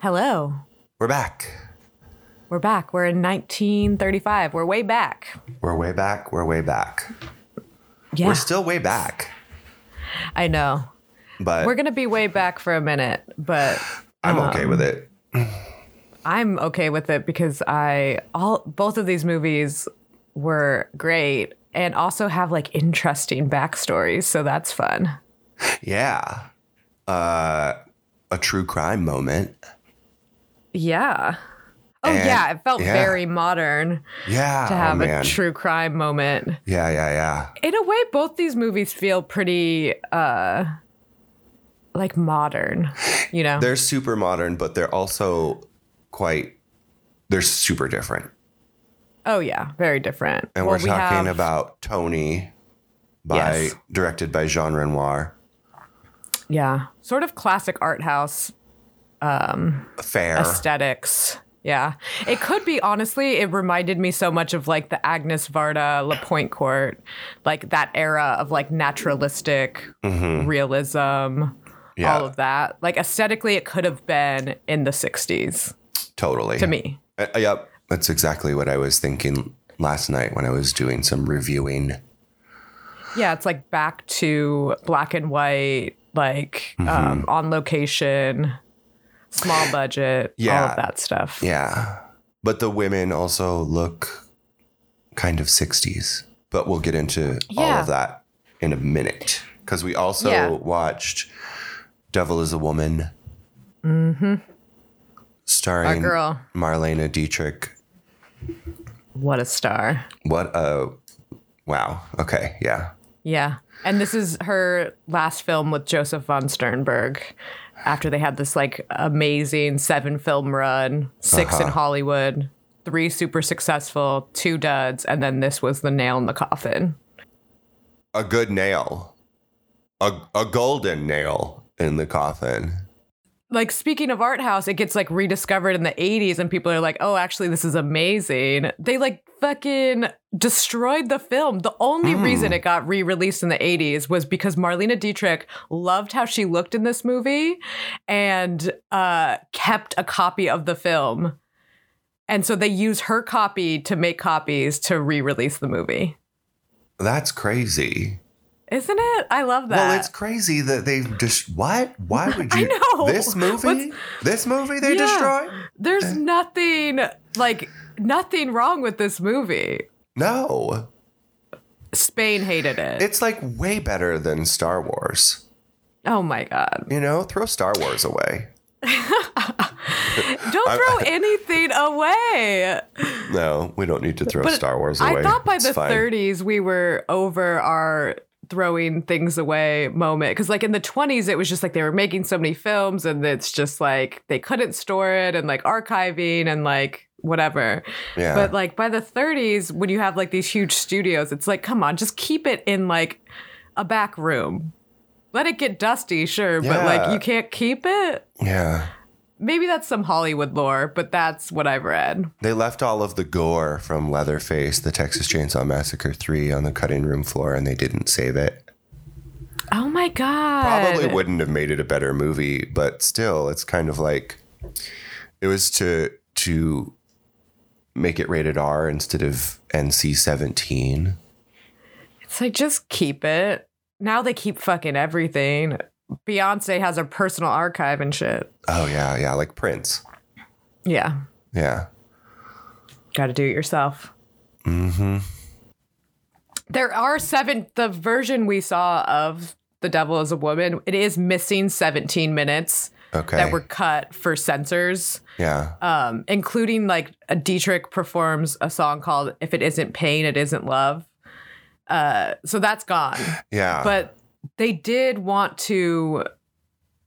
Hello. We're back. We're back. We're in 1935. We're way back. We're way back. We're way back. Yeah. We're still way back. I know. But We're going to be way back for a minute, but I'm okay with it. I'm okay with it because I all both of these movies were great and also have like interesting backstories, so that's fun. Yeah. Uh, a true crime moment. Yeah. Oh And- yeah, it felt yeah. very modern Yeah. to have oh, a man. true crime moment. yeah, yeah, yeah. in a way both these movies feel pretty uh like modern you know They're super modern, but they're also quite, they're super different. oh yeah very different And Well, we're we talking have- about Tony by Yes. directed by Jean Renoir. yeah sort of classic art house Fair. aesthetics yeah it could be honestly it reminded me so much of like the agnes varda lapointe court like that era of like naturalistic realism Mm-hmm. Yeah. all of that like aesthetically it could have been in the 60s totally. to me Uh, yep. That's exactly what I was thinking last night when I was doing some reviewing. Yeah, it's like back to black and white, like Mm-hmm. um, on location, small budget, all Yeah. of that stuff. Yeah. But the women also look kind of 60s. But we'll get into all Yeah. of that in a minute. Because we also Yeah. watched Devil is a Woman. Mm-hmm. Starring Mm-hmm. girl. Marlena Dietrich. What a star. What a. Wow. Okay. Yeah. Yeah. And this is her last film with Joseph von Sternberg after they had this like amazing seven film run, 6 in Hollywood, three super successful, two duds, and then this was the nail in the coffin. A good nail. A, a golden nail in the coffin. like speaking of art house, it gets like rediscovered in the 80s and people are like, "Oh, actually this is amazing." They like fucking destroyed the film. The only Hmm. reason it got re-released in the 80s was because Marlena Dietrich loved how she looked in this movie and uh kept a copy of the film. And so they use her copy to make copies to re-release the movie. That's crazy. Isn't it? I love that. Well, it's crazy that they just what? Why would you? know. This movie, this movie they Yeah. destroy? There's nothing like nothing wrong with this movie. No, Spain hated it. it's like way better than Star Wars. oh my god! You know, throw Star Wars away. Don't throw anything away. No, we don't need to throw Star Wars away. I thought by It's the fine. 30s we were over our throwing things away moment because like in the 20s it was just like they were making so many films and it's just like they couldn't store it and like archiving and like whatever Yeah. but like by the 30s when you have like these huge studios it's like come on just keep it in like a back room let it get dusty sure but Yeah. like you can't keep it yeah, Maybe that's some Hollywood lore, but that's what I've read. they left all of the gore from Leatherface, the Texas Chainsaw Massacre three, on the cutting room floor, and they didn't save it. Oh my god. probably wouldn't have made it a better movie, but still, it's kind of like it was to to make it rated R instead of NC seventeen. It's like just keep it. Now they keep fucking everything. Beyonce has her personal archive and shit. Oh yeah, yeah, like Prince. Yeah. Yeah, Got to do it yourself. Mhm. There are seven the version we saw of The Devil is a Woman, it is missing 17 minutes okay. that were cut for censors. yeah, um, including like a Dietrich performs a song called "If It Isn't Pain, It Isn't Love." Uh, so that's gone. yeah, But they did want to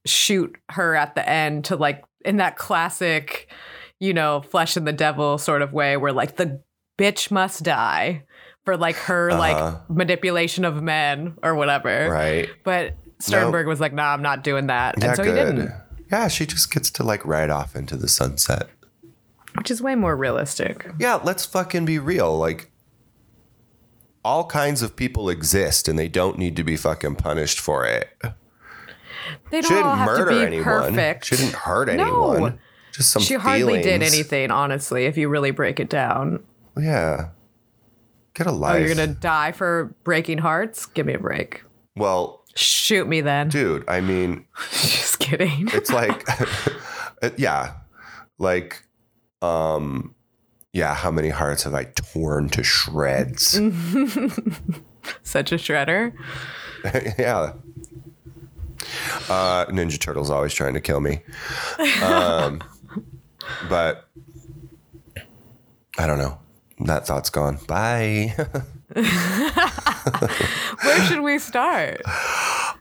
shoot her at the end to like in that classic, you know, flesh and the devil sort of way, where like the bitch must die for like her Uh-huh. like manipulation of men or whatever. right. But Sternberg was like, "Nah, I'm not doing that," Yeah, and so good. he didn't, Yeah, she just gets to like ride off into the sunset. which is way more realistic. Yeah, let's fucking be real. Like, all kinds of people exist, and they don't need to be fucking punished for it. They don't all shouldn't have murder to be anyone. perfect. Shouldn't hurt No. anyone. just some She hardly did feelings. anything, honestly, if you really break it down. Yeah. Get a Oh, life. you're going to die for breaking hearts? Give me a break. Well, Shoot me then. dude, I mean, Just kidding. it's like uh, yeah. Like um yeah, how many hearts have I torn to shreds? Mm. Such a shredder. yeah. Uh Ninja Turtle's always trying to kill me. Um but I don't know. That thought's gone. Bye. Where should we start?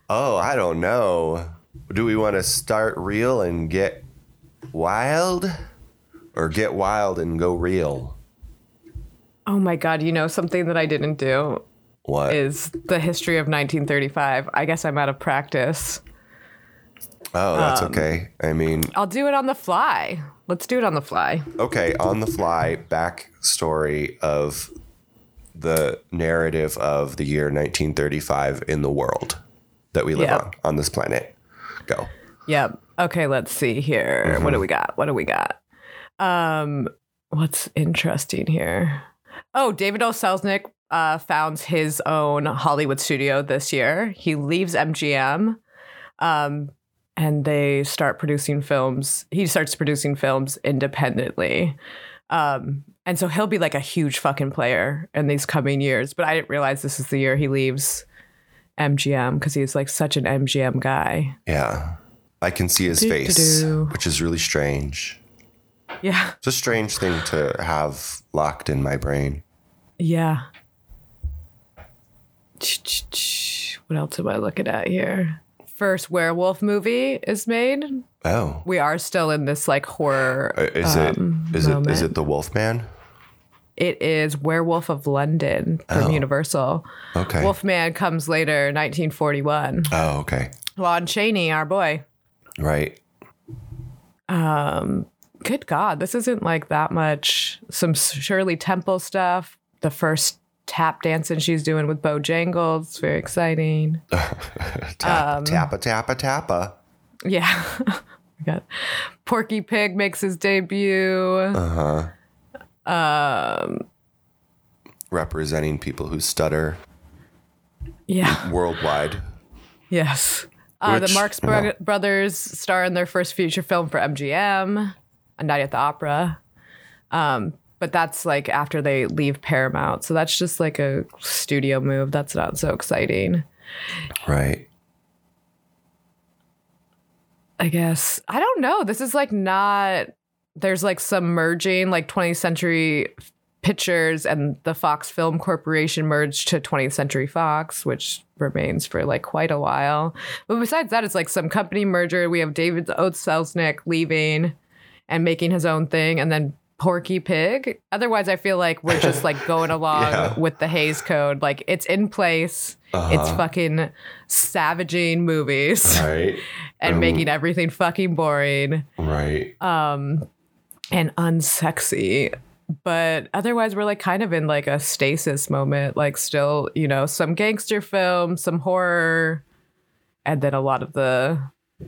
Oh, I don't know. Do we want to start real and get wild or get wild and go real? Oh my God, you know something that I didn't do What? is the history of 1935. I guess I'm out of practice. oh, that's um, okay. I mean, I'll do it on the fly. Let's do it on the fly. okay, on the fly backstory of the narrative of the year 1935 in the world that we live Yeah. on, on this planet. Go. Yep. Okay, let's see here. What do we got? What do we got? Um, what's interesting here? Oh, David O. Selznick uh, founds his own Hollywood studio this year. He leaves MGM, um, and they start producing films. He starts producing films independently. Um, and so he'll be like a huge fucking player in these coming years. But I didn't realize this is the year he leaves MGM because he's like such an MGM guy. Yeah. I can see his Do, do, face, do. which is really strange. Yeah. It's a strange thing to have locked in my brain. Yeah. Ch-ch-ch. What else am I looking at here? First werewolf movie is made. Oh. We are still in this like horror. Uh, Is um, it is it is moment. it the Wolfman? It is Werewolf of London from Oh. Universal. Okay. Wolfman comes later, 1941. oh, okay. Lon Chaney, our boy. Right. Good God, this isn't like that much. Some Shirley Temple stuff. The first tap dancing she's doing with Bojangles. It's very exciting. Um, Tap, tappa tappa tappa. Yeah. we got Porky Pig makes his debut. Representing people who stutter yeah. worldwide. Yes. Uh, the Which- Marx Bro- brothers star in their first feature film for MGM, A Night at the Opera. Um, but that's like after they leave Paramount. So that's just like a studio move. That's not so exciting. Right. I guess. I don't know. This is like not there's like some merging like 20th century pictures and the Fox Film Corporation merged to 20th Century Fox, which remains for like quite a while. But besides that, it's like some company merger. We have David O. Selznick leaving and making his own thing and then Porky Pig. Otherwise, I feel like we're just like going along Yeah. with the Hayes Code. Like it's in place. It's fucking savaging movies Right. and Um, making everything fucking boring Right. and unsexy. But otherwise, we're like kind of in like a stasis moment, like still, you know, some gangster film, some horror, and then a lot of the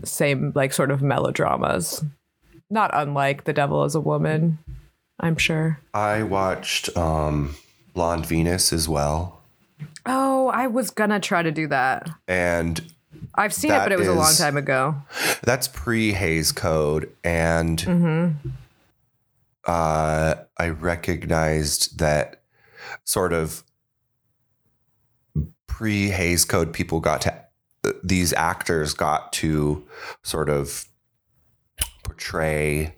same, like, sort of melodramas. Not unlike The Devil is a Woman, I'm sure. I watched um Blonde Venus as well. Oh, I was gonna try to do that. And I've seen That it, but it was a long is- time ago. that's pre Hayes Code, and Mm-hmm. uh, I recognized that sort of pre Hayes Code people got to these actors got to sort of portray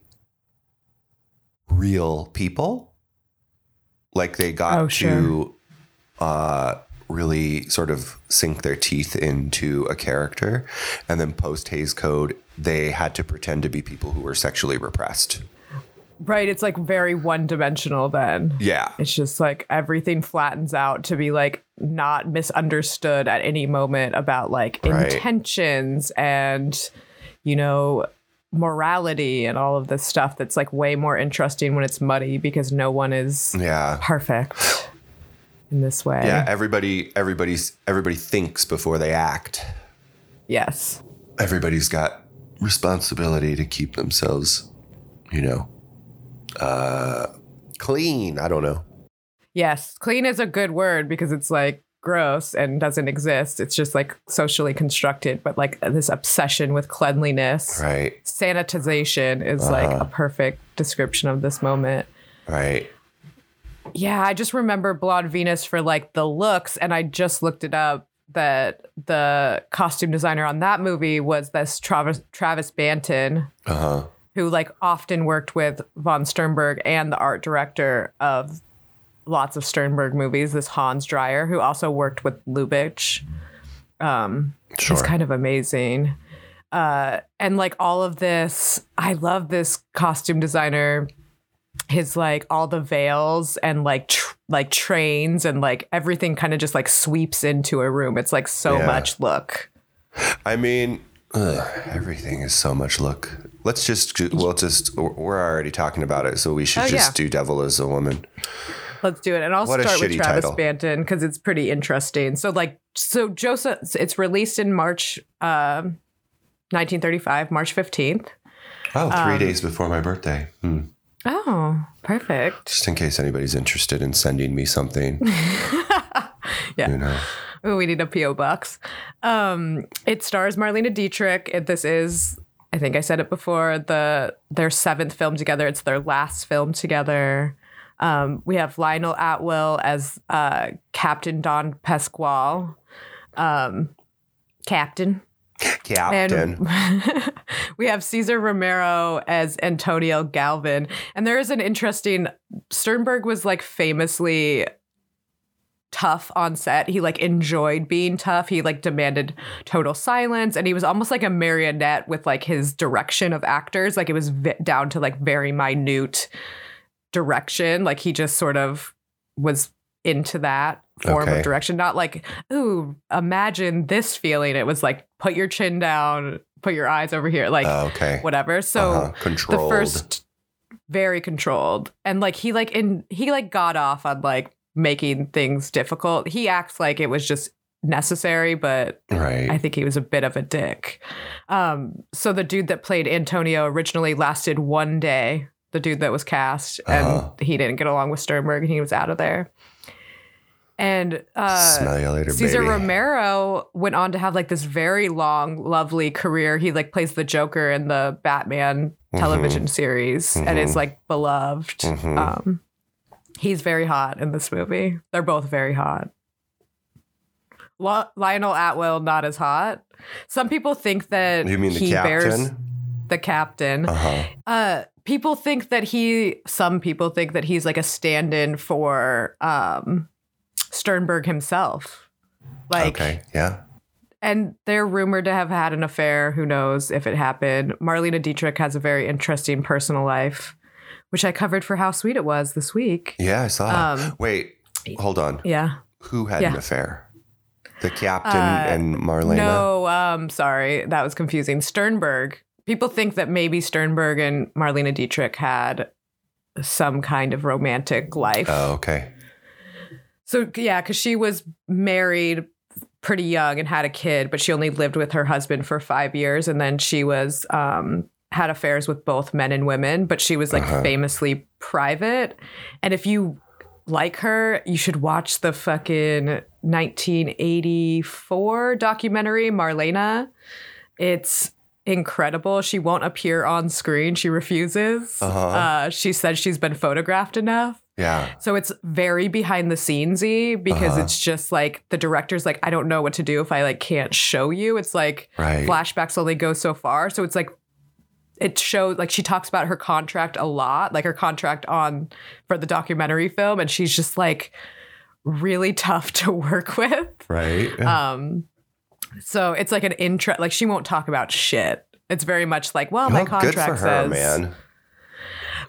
real people, like they got Oh, to sure. uh, really sort of sink their teeth into a character. And then post Hayes Code, they had to pretend to be people who were sexually repressed. Right, it's like very one dimensional then. Yeah. It's just like everything flattens out to be like not misunderstood at any moment about like Right. intentions and, you know, morality and all of this stuff that's like way more interesting when it's muddy because no one is Yeah. perfect in this way. Yeah. Everybody, everybody's, everybody thinks before they act. Yes. Everybody's got responsibility to keep themselves you know, uh, clean. I don't know. Yes, clean is a good word because it's like gross and doesn't exist. It's just like socially constructed, but like this obsession with cleanliness. Right. Sanitization is like a perfect description of this moment. Right. Yeah, I just remember Blonde Venus for like the looks, and I just looked it up that the costume designer on that movie was this Travis Travis Banton, Uh huh. who like often worked with von Sternberg and the art director of lots of Sternberg movies, this Hans Dreyer, who also worked with Lubitsch. Sure. It's kind of amazing. Uh, and like all of this, I love this costume designer. His like all the veils and like tr- like trains and like everything kind of just like sweeps into a room. It's like so Yeah. much look. I mean, ugh, everything is so much look. Let's just, we'll just, we're already talking about it, so we should Oh, just yeah. do Devil as a Woman. Let's do it. And I'll What a start with shitty Travis title. Banton because it's pretty interesting. So like so Joseph it's released in March um 1935, March 15th. Oh, Um, three days before my birthday. Hmm. Oh, perfect. Just in case anybody's interested in sending me something. Yeah. You know, Ooh, we need a PO box. Um it stars Marlena Dietrich. It, this is I think I said it before, the their seventh film together. It's their last film together. Um, we have Lionel Atwill as uh, Captain Don Pasquale. Um, Captain. Captain. And we have Cesar Romero as Antonio Galvin. And there is an interesting Sternberg was like famously tough on set. He like enjoyed being tough. He like demanded total silence and he was almost like a marionette with like his direction of actors. Like it was vi- down to like very minute direction. Like he just sort of was into that form Okay. of direction, not like, ooh, imagine this feeling. It was like, put your chin down, put your eyes over here, like Oh, okay. whatever. So Uh-huh. the Controlled. first, very controlled, and like he like in he like got off on like making things difficult. He acts like it was just necessary, but right. I think he was a bit of a dick. Um, so the dude that played Antonio originally lasted one day. The dude that was cast, and Uh-huh. he didn't get along with Sternberg, and he was out of there. And uh, Smell you later, Cesar baby. Romero went on to have like this very long, lovely career. He like plays the Joker in the Batman Mm-hmm. television series and is like beloved. Mhm. Um, he's very hot in this movie. They're both very hot. Lo- Lionel Atwell not as hot. Some people think that you mean the he bears captain? the captain. Uh huh. Uh, people think that he. Some people think that he's like a stand-in for um, Sternberg himself. Like, okay. Yeah. and they're rumored to have had an affair. Who knows if it happened? Marlena Dietrich has a very interesting personal life, which I covered for how sweet it was this week. Yeah, I saw. Um, Wait, hold on. Yeah. Who had an yeah. affair? The captain Uh, and Marlena. No, um, sorry, that was confusing. Sternberg. People think that maybe Sternberg and Marlena Dietrich had some kind of romantic life. Oh, okay. So yeah, because she was married pretty young and had a kid, but she only lived with her husband for five years, and then she was um, had affairs with both men and women. But she was like Uh-huh. famously private. And if you like her, you should watch the fucking 1984 documentary Marlena. It's incredible. She won't appear on screen. She refuses. Uh-huh. Uh, she says she's been photographed enough. Yeah. So it's very behind the scenesy because Uh-huh. it's just like the director's like, I don't know what to do if I like can't show you. It's like Right. flashbacks only go so far. So it's like it shows like she talks about her contract a lot, like her contract on for the documentary film, and she's just like really tough to work with. Right. Um so it's like an intro like she won't talk about shit. It's very much like, well, my Well, contract good for says her, man.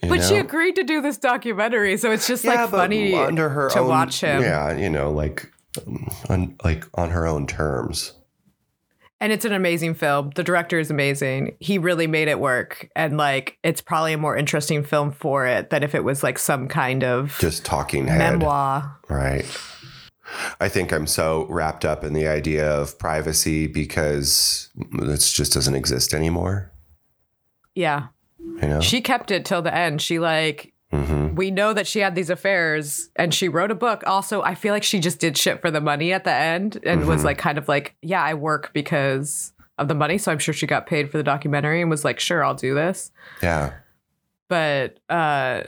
You but she know? agreed to do this documentary, so it's just yeah, like but funny under her to own, watch him. Yeah, you know, like um, on like on her own terms. And it's an amazing film. The director is amazing. He really made it work. And like it's probably a more interesting film for it than if it was like some kind of Just talking head. memoir. Right. I think I'm so wrapped up in the idea of privacy because this just doesn't exist anymore. Yeah. You know? She kept it till the end. She like hmm we know that she had these affairs and she wrote a book. Also, I feel like she just did shit for the money at the end and was Mhm. like kind of like, yeah, I work because of the money, so I'm sure she got paid for the documentary and was like, sure, I'll do this. Yeah. But uh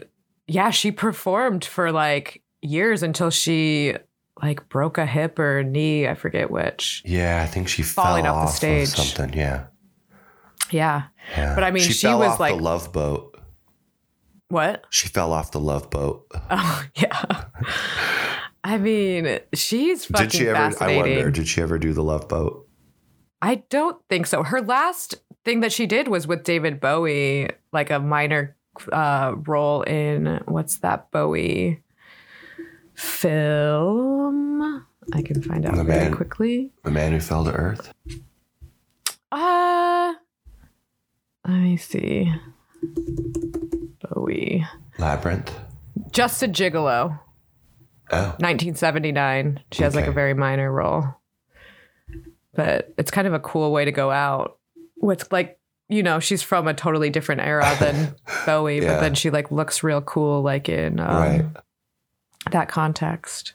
yeah, she performed for like years until she like broke a hip or knee, I forget which. Yeah. I think she Falling fell off the off, of stage. something. Yeah. Yeah. Yeah. But I mean, she fell was off like- the love boat. What? She fell off the love boat. Oh, yeah. I mean, she's fucking Did she ever? I fascinating. wonder. Did she ever do the love boat? I don't think so. Her last thing that she did was with David Bowie, like a minor uh, role in what's that Bowie film? I can find out The really Man. quickly. The man who fell to earth. Uh, let me see. Bowie. Labyrinth. Just a Gigolo, Oh. 1979. She has like a Okay. very minor role. But it's kind of a cool way to go out. With like, you know, she's from a totally different era than Bowie, Yeah. but then she like looks real cool, like in um, right. that context.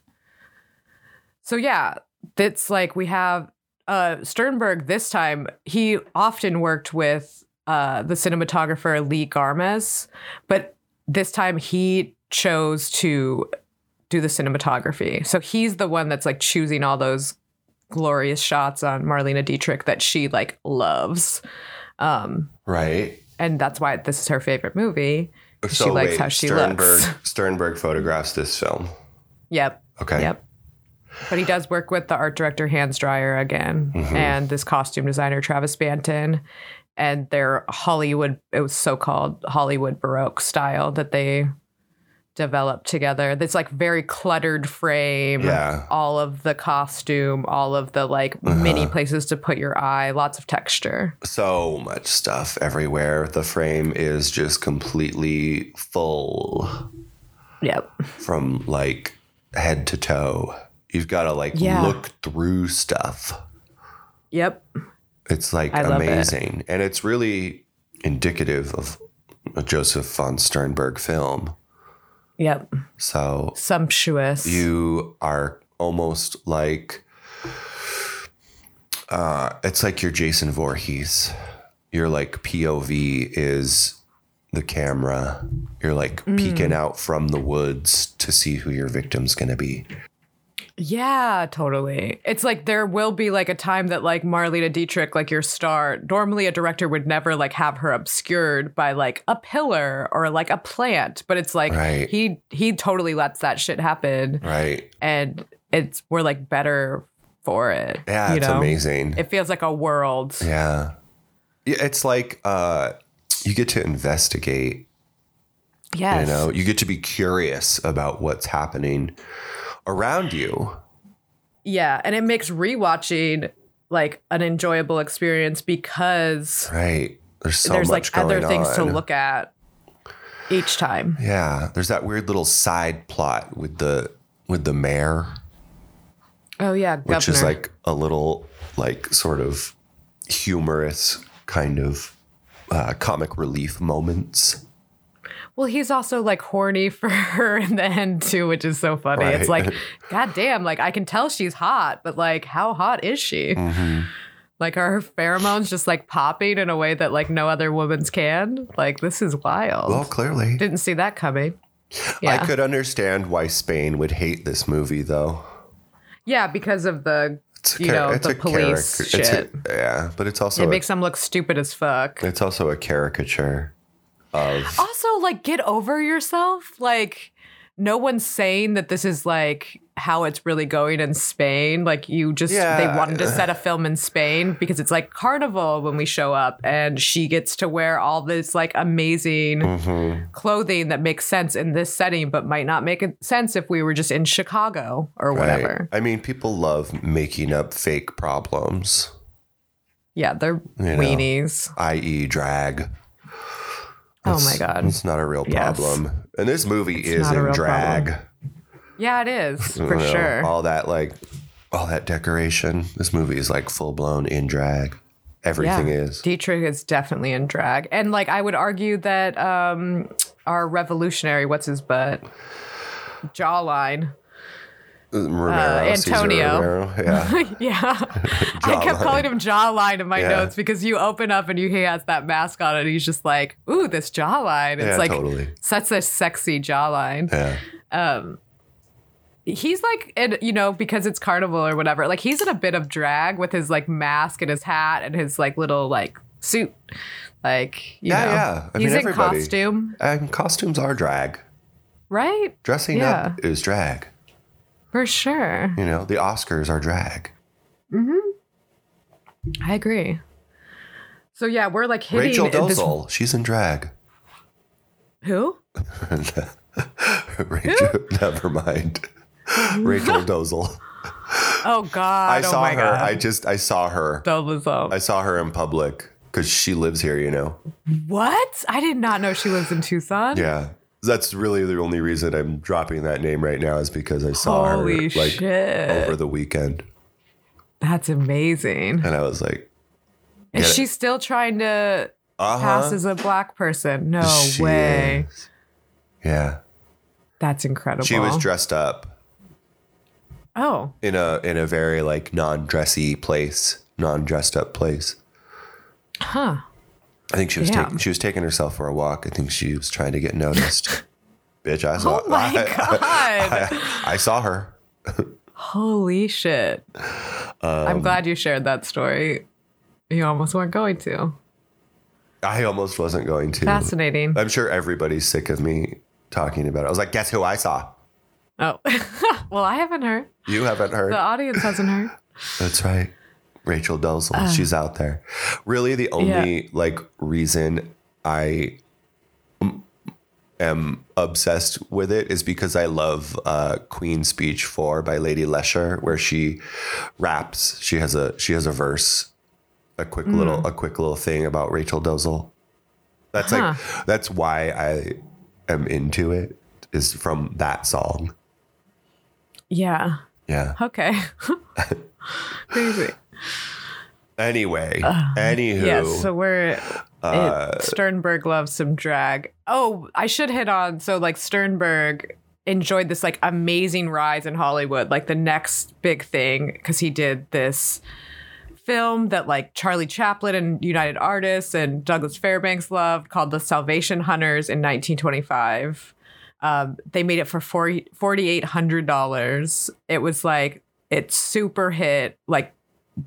So yeah, that's like we have uh, Sternberg this time. He often worked with uh, the cinematographer Lee Garmes, but this time he chose to do the cinematography. So he's the one that's like choosing all those glorious shots on Marlena Dietrich that she like loves. Um, Right. and that's why this is her favorite movie. She likes how she Sternberg, looks. Sternberg photographs this film. Yep. Okay. Yep. But he does work with the art director Hans Dreyer again Mhm. and this costume designer Travis Banton and their Hollywood it was so called Hollywood Baroque style that they developed together. This like very cluttered frame. Yeah. All of the costume, all of the like many Uh-huh. places to put your eye, lots of texture. So much stuff everywhere. The frame is just completely full Yep. from like head to toe. You've got to like Yeah. look through stuff. Yep. It's like I love it. amazing. And it's really indicative of a Joseph von Sternberg film. Yep. So Sumptuous. you are almost like uh it's like you're Jason Voorhees. Your like POV is the camera. You're like Mm. peeking out from the woods to see who your victim's gonna be. Yeah, totally. It's like there will be like a time that like Marlena Dietrich, like your star, normally a director would never like have her obscured by like a pillar or like a plant, but it's like Right. he he totally lets that shit happen Right. and it's we're like better for it. Yeah, you it's know? amazing. It feels like a world. yeah. Yeah, It's like uh you get to investigate Yes. You know, you get to be curious about what's happening around you. Yeah, and it makes rewatching like an enjoyable experience because Right. There's so there's like much going other things to on. look at each time. Yeah. There's that weird little side plot with the with the mayor, Oh yeah, which is like a little like sort of humorous kind of uh, comic relief moments. Well, he's also like horny for her in the end too, which is so funny. It's Right. like, goddamn, like I can tell she's hot, but like, how hot is she? Mm-hmm. Like, are her pheromones just like popping in a way that like no other woman's can? Like, this is wild. Well, clearly. Didn't see that coming. Yeah, I could understand why Spain would hate this movie though. yeah, because of the It's You know, char- the police caric- It's a, yeah, but it's also it a- makes them look stupid as fuck. it's also a caricature of Also, like, get over yourself. Like, no one's saying that this is like how it's really going in Spain. Like, you just, they Yeah. wanted to set a film in Spain because it's like carnival when we show up, and she gets to wear all this like amazing Mm-hmm. clothing that makes sense in this setting, but might not make it- sense if we were just in Chicago or Right. whatever. I mean, people love making up fake problems, Yeah, they're know. weenies. i.e., e drag. Oh my God. It's not a real Yes. problem. And this movie is not a in real drag. Yeah, it is You for know, sure. All that, like, all that decoration. This movie is like full blown in drag. Everything Yeah. is. Dietrich is definitely in drag. And like I would argue that um our revolutionary, what's his butt? Jawline. Uh, Romero, Uh, Cesar Antonio. Romero. Yeah. yeah. I kept Jawline. calling him jawline in my Yeah. notes because you open up and you he has that mask on and he's just like, ooh, this jawline. It's yeah, like totally. such a sexy jawline. Yeah. He's like and you know, because it's carnival or whatever, like he's in a bit of drag with his like mask and his hat and his like little like suit. Like you Yeah, know yeah. I he's mean, in everybody. costume, And costumes are drag. right? Dressing up is drag. For sure. You know, the Oscars are drag. I agree. So yeah, we're like hitting Rachel this- Dolezal, she's in drag. Who? Rachel, never mind. Rachel Dozel. Oh I, God! oh saw my her. God. I just I saw her. Dolezal. I saw her in public because she lives here. You know. what? I did not know she lives in Tucson. Yeah. That's really the only reason I'm dropping that name right now is because I saw Holy her like shit! over the weekend, That's amazing. and I was like, Is get it. she still trying to uh pass huh. as a black person? No She way. Yeah. That's incredible. She was dressed up oh, in a in a very like non-dressy place, non-dressed up place. huh? Uh, I think she was Damn. taking she was taking herself for a walk. I think she was trying to get noticed. Bitch, I saw Oh my I, God! I, I saw her. Holy shit! um, I'm glad you shared that story. You almost weren't going to. I almost wasn't going to. Fascinating. I'm sure everybody's sick of me talking about it. I was like, guess who I saw? Oh, well, I haven't heard. You haven't heard. The audience hasn't heard. That's right. Ah. Rachel Dolezal. she's out there. Really, the only like reason I m- am obsessed with it is because I love uh, Queen Speech Four by Lady Lesher, where she raps. She has a she has a verse, a quick little a quick little thing about Rachel Dolezal. That's like that's why I am into it is from that song. Yeah. Yeah. Okay. Crazy. Anyway, anywho. Yes. so we're it, Sternberg loves some drag. Oh, I should hit on so like Sternberg enjoyed this like amazing rise in Hollywood, like the next big thing because he did this film that like Charlie Chaplin and United Artists and Douglas Fairbanks loved called The Salvation Hunters in 1925. Um, they made it for 40 $4,800. It was like, it's super hit, like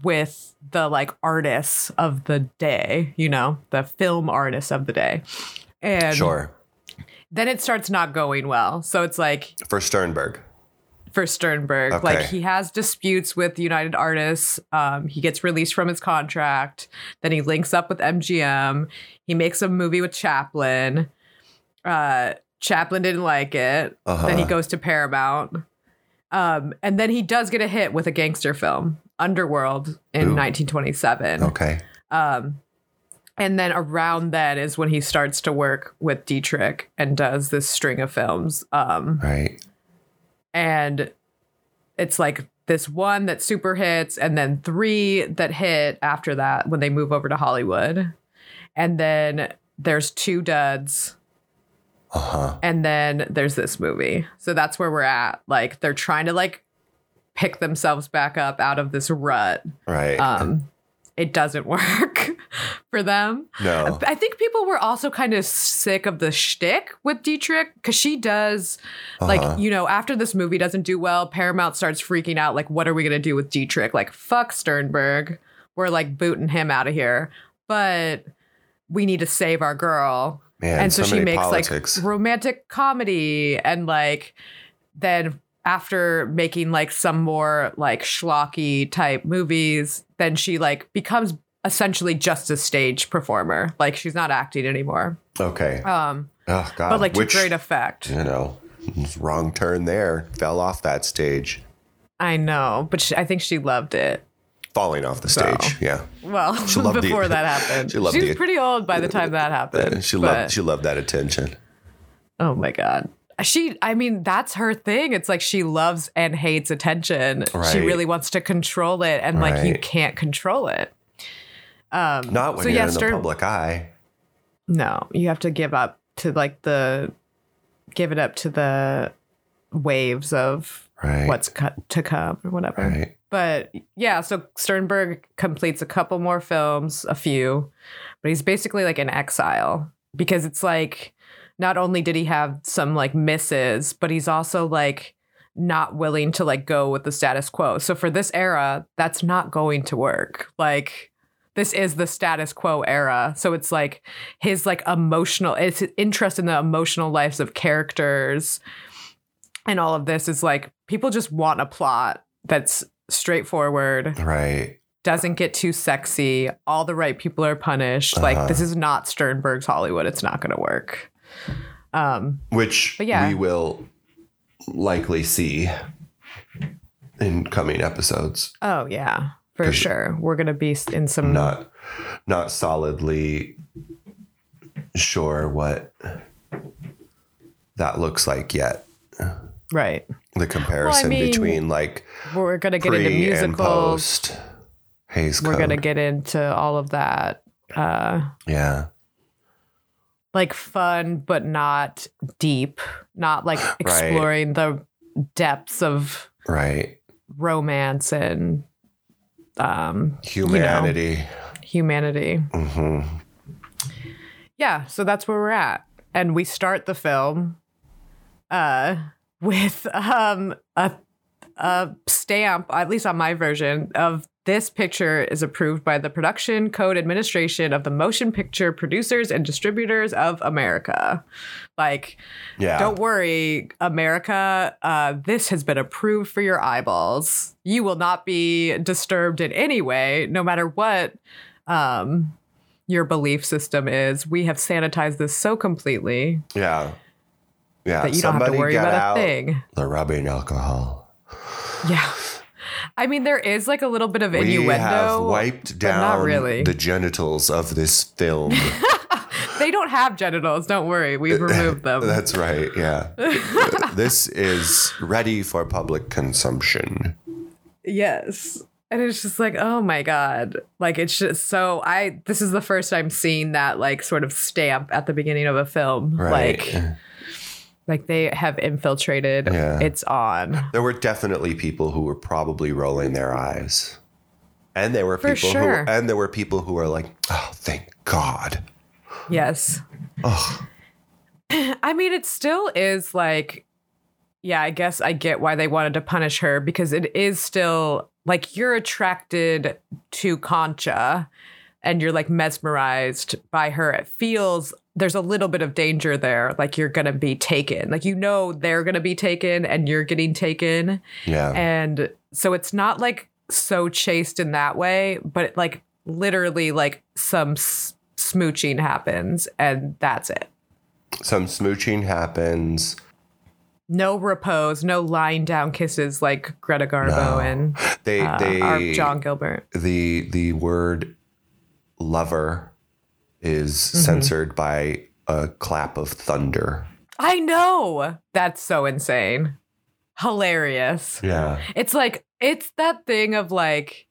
with the like artists of the day, you know, the film artists of the day. And sure. then it starts not going well. So it's like For Sternberg. for Sternberg. Okay. Like he has disputes with United Artists. Um, he gets released from his contract. Then he links up with MGM. He makes a movie with Chaplin. Uh, Chaplin didn't like it. Uh-huh. Then he goes to Paramount. Um, and then he does get a hit with a gangster film, Underworld, in Ooh. 1927. Okay. Um, and then around then is when he starts to work with Dietrich and does this string of films. Um, Right. and it's like this one that super hits and then three that hit after that when they move over to Hollywood. And then there's two duds Uh huh. and then there's this movie. So that's where we're at. Like they're trying to like pick themselves back up out of this rut. Right. Um it doesn't work for them. no. I think people were also kind of sick of the shtick with Dietrich because she does, Uh-huh. like, you know, after this movie doesn't do well, Paramount starts freaking out, like, what are we going to do with Dietrich? Like, fuck Sternberg. We're like booting him out of here. But we need to save our girl. Man, and so, so she many makes politics. like romantic comedy and like then after making like some more like schlocky type movies, then she like becomes essentially just a stage performer. Like she's not acting anymore. okay. Um oh God. but like Which, to great effect. you know, wrong turn there. Fell off that stage. I know, but she, I think she loved it. Falling off the So. stage. Yeah. Well, loved the- before that happened. she loved was the- pretty old by the time that Uh, happened. She but- loved. She loved that attention. Oh my god. She I mean that's her thing. It's like she loves and hates attention. She Right. really wants to control it and like you Right. can't control it. Um, Not when so you're yeah, in Stern- the public eye. No, you have to give up to like the give it up to the waves of Right. what's co- to come or whatever. right. But yeah, so Sternberg completes a couple more films, a few, but he's basically like in exile because it's like not only did he have some like misses, but he's also like not willing to like go with the status quo. So for this era, that's not going to work. Like this is the status quo era. So it's like his like emotional it's his interest in the emotional lives of characters and all of this is like people just want a plot that's straightforward, Right. doesn't get too sexy, all the right people are punished. Like Uh-huh. this is not Sternberg's Hollywood. It's not gonna work. Um Which But yeah. we will likely see in coming episodes. oh yeah, for Cause- sure. We're gonna be s- in some Not not solidly sure what that looks like yet. right. The comparison mean, between like We're gonna get into pre and musicals. post Hayes We're Code. gonna get into all of that. Uh yeah. like fun but not deep not like exploring the depths of Right. romance and um Humanity. humanity hmm yeah so that's where we're at and we start the film uh with um a a stamp at least on my version of this picture is approved by the production code administration of the motion picture producers and distributors of america like Yeah. Don't worry, America. Uh, this has been approved for your eyeballs. You will not be disturbed in any way, no matter what um, your belief system is. We have sanitized this so completely yeah. Yeah. that you don't have to Somebody worry get about out a thing. The rubbing alcohol. Yeah. I mean, there is like a little bit of We innuendo. have wiped but not down really. the genitals of this film. they don't have genitals. Don't worry. We've removed them. That's right. Yeah. this is ready for public consumption. Yes. And it's just like, oh my God. Like, it's just so. I, this is the first time seeing that, like, sort of stamp at the beginning of a film. Right. Like, like they have infiltrated. Yeah. It's on. there were definitely people who were probably rolling their eyes. And there were For people sure. who and there were people who were like, "Oh, thank God." Yes. Oh, I mean, it still is like, yeah, I guess I get why they wanted to punish her because it is still like you're attracted to Concha and you're like mesmerized by her. It feels there's a little bit of danger there, like you're going to be taken. Like, you know, they're going to be taken and you're getting taken. yeah. And so it's not like so chased in that way, but like literally, like some s- smooching happens and that's it. Some smooching happens. no repose, no lying down kisses like Greta Garbo No. and They uh, they our John Gilbert. the the word lover is Mm-hmm. censored by a clap of thunder. I know that's so insane, hilarious. Yeah. It's like it's that thing of like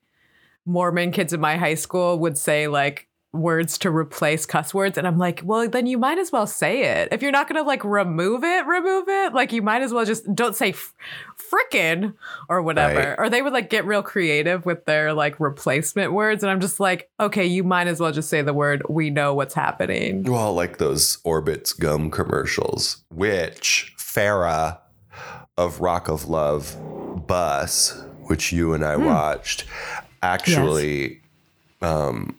Mormon kids in my high school would say like words to replace cuss words and I'm like, "Well, then you might as well say it. If you're not going to like remove it, remove it. Like you might as well just don't say f- frickin' or whatever." Right. Or they would like get real creative with their like replacement words and I'm just like, "Okay, you might as well just say the word. We know what's happening." Well, like those Orbitz gum commercials, which Farah of Rock of Love Bus, which you and I watched, actually um,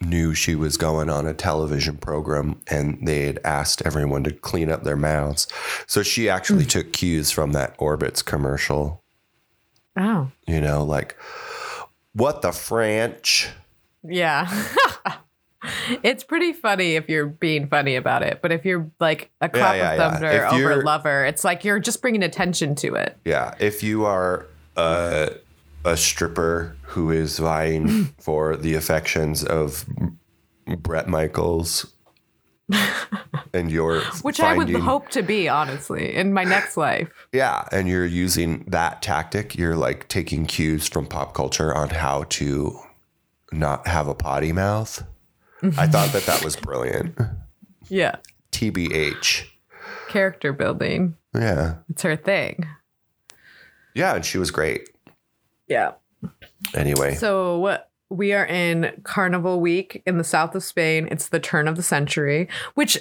knew she was going on a television program and they had asked everyone to clean up their mouths. So she actually took cues from that Orbitz commercial Oh. you know, like what the French. Yeah. it's pretty funny if you're being funny about it. But if you're like a clap yeah, of yeah. thunder If over you're- lover, it's like you're just bringing attention to it. Yeah, if you are a, a stripper who is vying for the affections of Brett Michaels, and you're Which I finding, would hope to be, honestly, in my next life. yeah, and you're using that tactic, you're like taking cues from pop culture on how to not have a potty mouth. Mm-hmm. I thought that that was brilliant. Yeah. TBH. Character building. Yeah. It's her thing. Yeah. And she was great. Yeah. Anyway. So we are in Carnival Week in the south of Spain. It's the turn of the century, which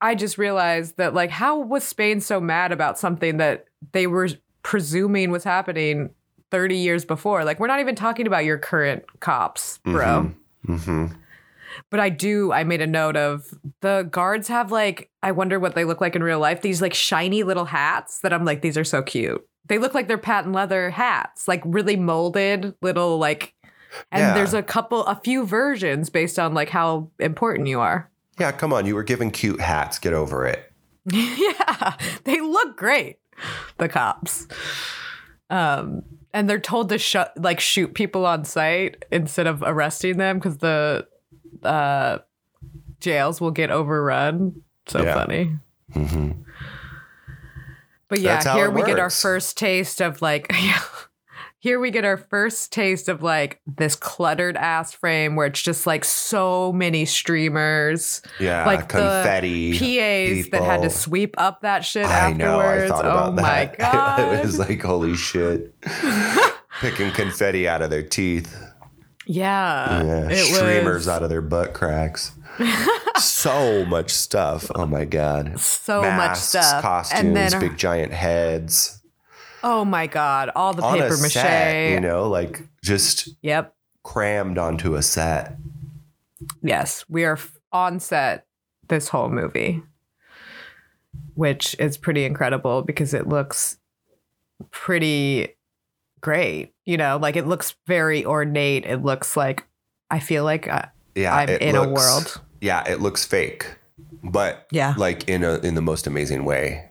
I just realized that, like, how was Spain so mad about something that they were presuming was happening 30 years before? Like, we're not even talking about your current cops, bro. hmm But I do, I made a note of the guards have, like, I wonder what they look like in real life. These, like, shiny little hats that I'm like, these are so cute. They look like they're patent leather hats, like, really molded little, like, and Yeah. there's a couple, a few versions based on, like, how important you are. Yeah. Come on. You were given cute hats. Get over it. yeah, they look great. The cops, um, and they're told to shut like shoot people on sight instead of arresting them because the uh, jails will get overrun. So Yeah. funny. Mm-hmm. hmm But yeah, That's how here it we get our works. first taste of like. Here we get our first taste of like this cluttered ass frame where it's just like so many streamers, Yeah. Like the confetti. PAs that had to people. sweep up that shit I know. I afterwards. thought about oh my that. god. I was like, holy shit. Picking confetti out of their teeth. Yeah. Yeah. Uh, it Streamers was out of their butt cracks. so much stuff. Oh my God. so Masks, much stuff. Costumes, and then big giant heads. oh my god, all the On a paper mache. set, you know, like just Yep. crammed onto a set. Yes, we are f- on set this whole movie. Which is pretty incredible because it looks pretty great. You know, like it looks very ornate. It looks like I feel like I, Yeah. I'm it in a looks- world. Yeah, it looks fake. But Yeah. like in a in the most amazing way.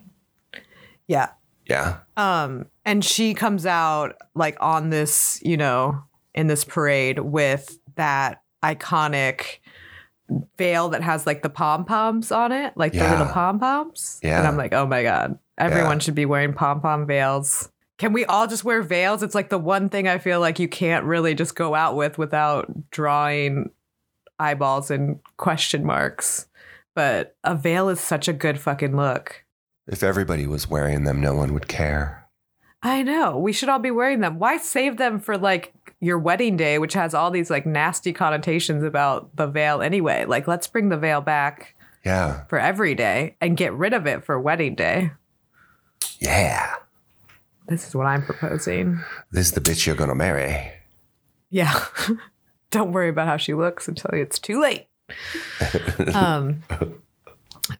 Yeah. Yeah. Um, and she comes out like on this, you know, in this parade with that iconic veil that has like the pom poms on it, like the little Yeah. pom poms. Yeah. And I'm like, oh my God, everyone Yeah. should be wearing pom pom veils. Can we all just wear veils? It's like the one thing I feel like you can't really just go out with without drawing eyeballs and question marks. But a veil is such a good fucking look. If everybody was wearing them, no one would care. I know. We should all be wearing them. Why save them for like your wedding day, which has all these like nasty connotations about the veil anyway? Like, let's bring the veil back Yeah. for every day and get rid of it for wedding day. Yeah. This is what I'm proposing. This is the bitch you're gonna marry. Yeah. Don't worry about how she looks until it's too late. um,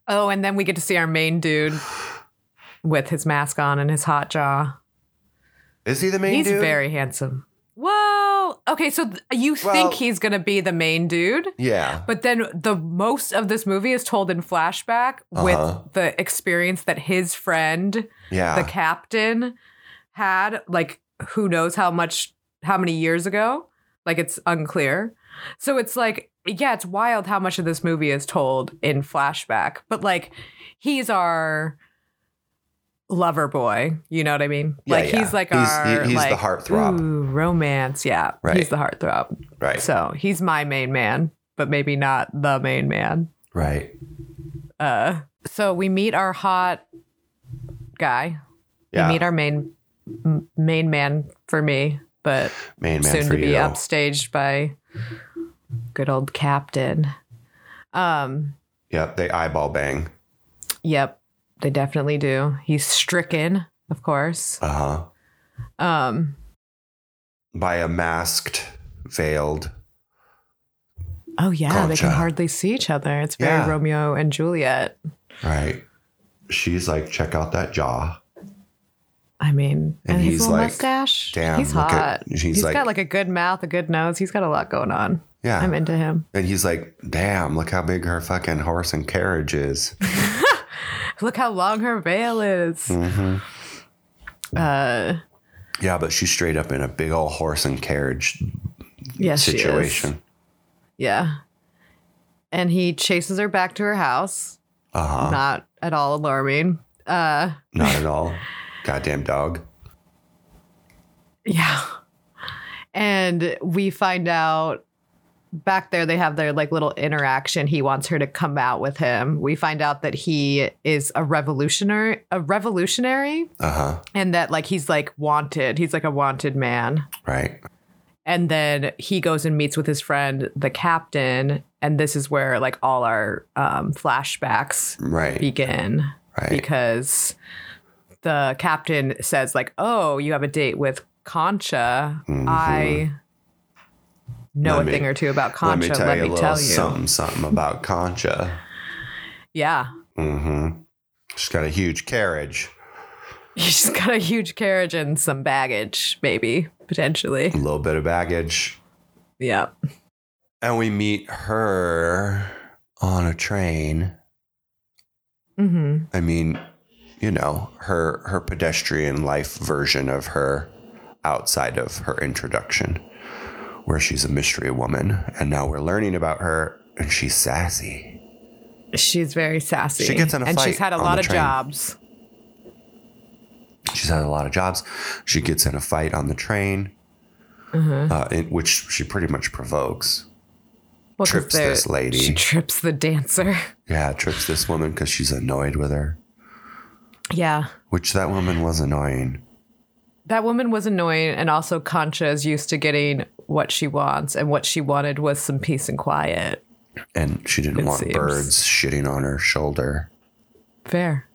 oh, and then we get to see our main dude with his mask on and his hot jaw. Is he the main he's dude? very handsome. Well, okay, so th- you Well- think he's gonna be the main dude, Yeah. but then the most of this movie is told in flashback Uh-huh. with the experience that his friend, Yeah. the captain, had. Like, who knows how much, how many years ago? Like, it's unclear. So it's like, yeah, it's wild how much of this movie is told in flashback, but like, he's our lover boy. You know what I mean? Yeah, like, yeah. he's like He's- our he- he's the like, heartthrob. Ooh, romance. Yeah, Right. he's the heartthrob. right. So he's my main man, but maybe not the main man. right. Uh, so we meet our hot guy. Yeah. We meet our main m- main man for me, but main man soon for to be you. upstaged by good old Captain. Um, Yep. They eyeball bang. yep, they definitely do. He's stricken, of course. Uh huh. Um, By a masked, veiled. oh yeah, they can Gotcha. hardly see each other. It's very Yeah. Romeo and Juliet. Right. She's like, check out that jaw. I mean, and, And his he's little like, mustache. "Damn, he's look hot. at-" she's he's like- got like a good mouth, a good nose. He's got a lot going on. Yeah. I'm into him. and he's like, damn, look how big her fucking horse and carriage is. Look how long her veil is. Mm-hmm. Uh, yeah, but she's straight up in a big old horse and carriage yes, She is. situation. Yeah, and he chases her back to her house. Uh huh. Not at all alarming. Uh, Not at all. Goddamn dog. yeah, and we find out back there they have their like little interaction. He wants her to come out with him. We find out that he is a revolutionary, a revolutionary, Uh huh. and that like he's like wanted. He's like a wanted man. Right. And then he goes and meets with his friend, the captain, and this is where like all our um, flashbacks Right. begin right. because the captain says like oh you have a date with concha i know Mm-hmm. Let a me- thing or two about concha Let me tell you a little you. something, something about Concha. yeah Mm-hmm. She's got a huge carriage. she's got a huge carriage and some baggage maybe potentially A little bit of baggage. yeah And we meet her on a train. hmm I mean, you know, her her pedestrian life version of her outside of her introduction, where she's a mystery woman, and now we're learning about her, and she's sassy. she's very sassy She gets in a and fight she's had a on lot the of train. jobs She's had a lot of jobs. She gets in a fight on the train, Uh-huh. uh, in, which she pretty much provokes. Well, 'cause Trips they're- this lady. she trips the dancer Yeah, trips this woman because she's annoyed with her, yeah which that woman was annoying. That woman was annoying, and also Concha is used to getting what she wants, and what she wanted was some peace and quiet. And she didn't It want seems. birds shitting on her shoulder. Fair.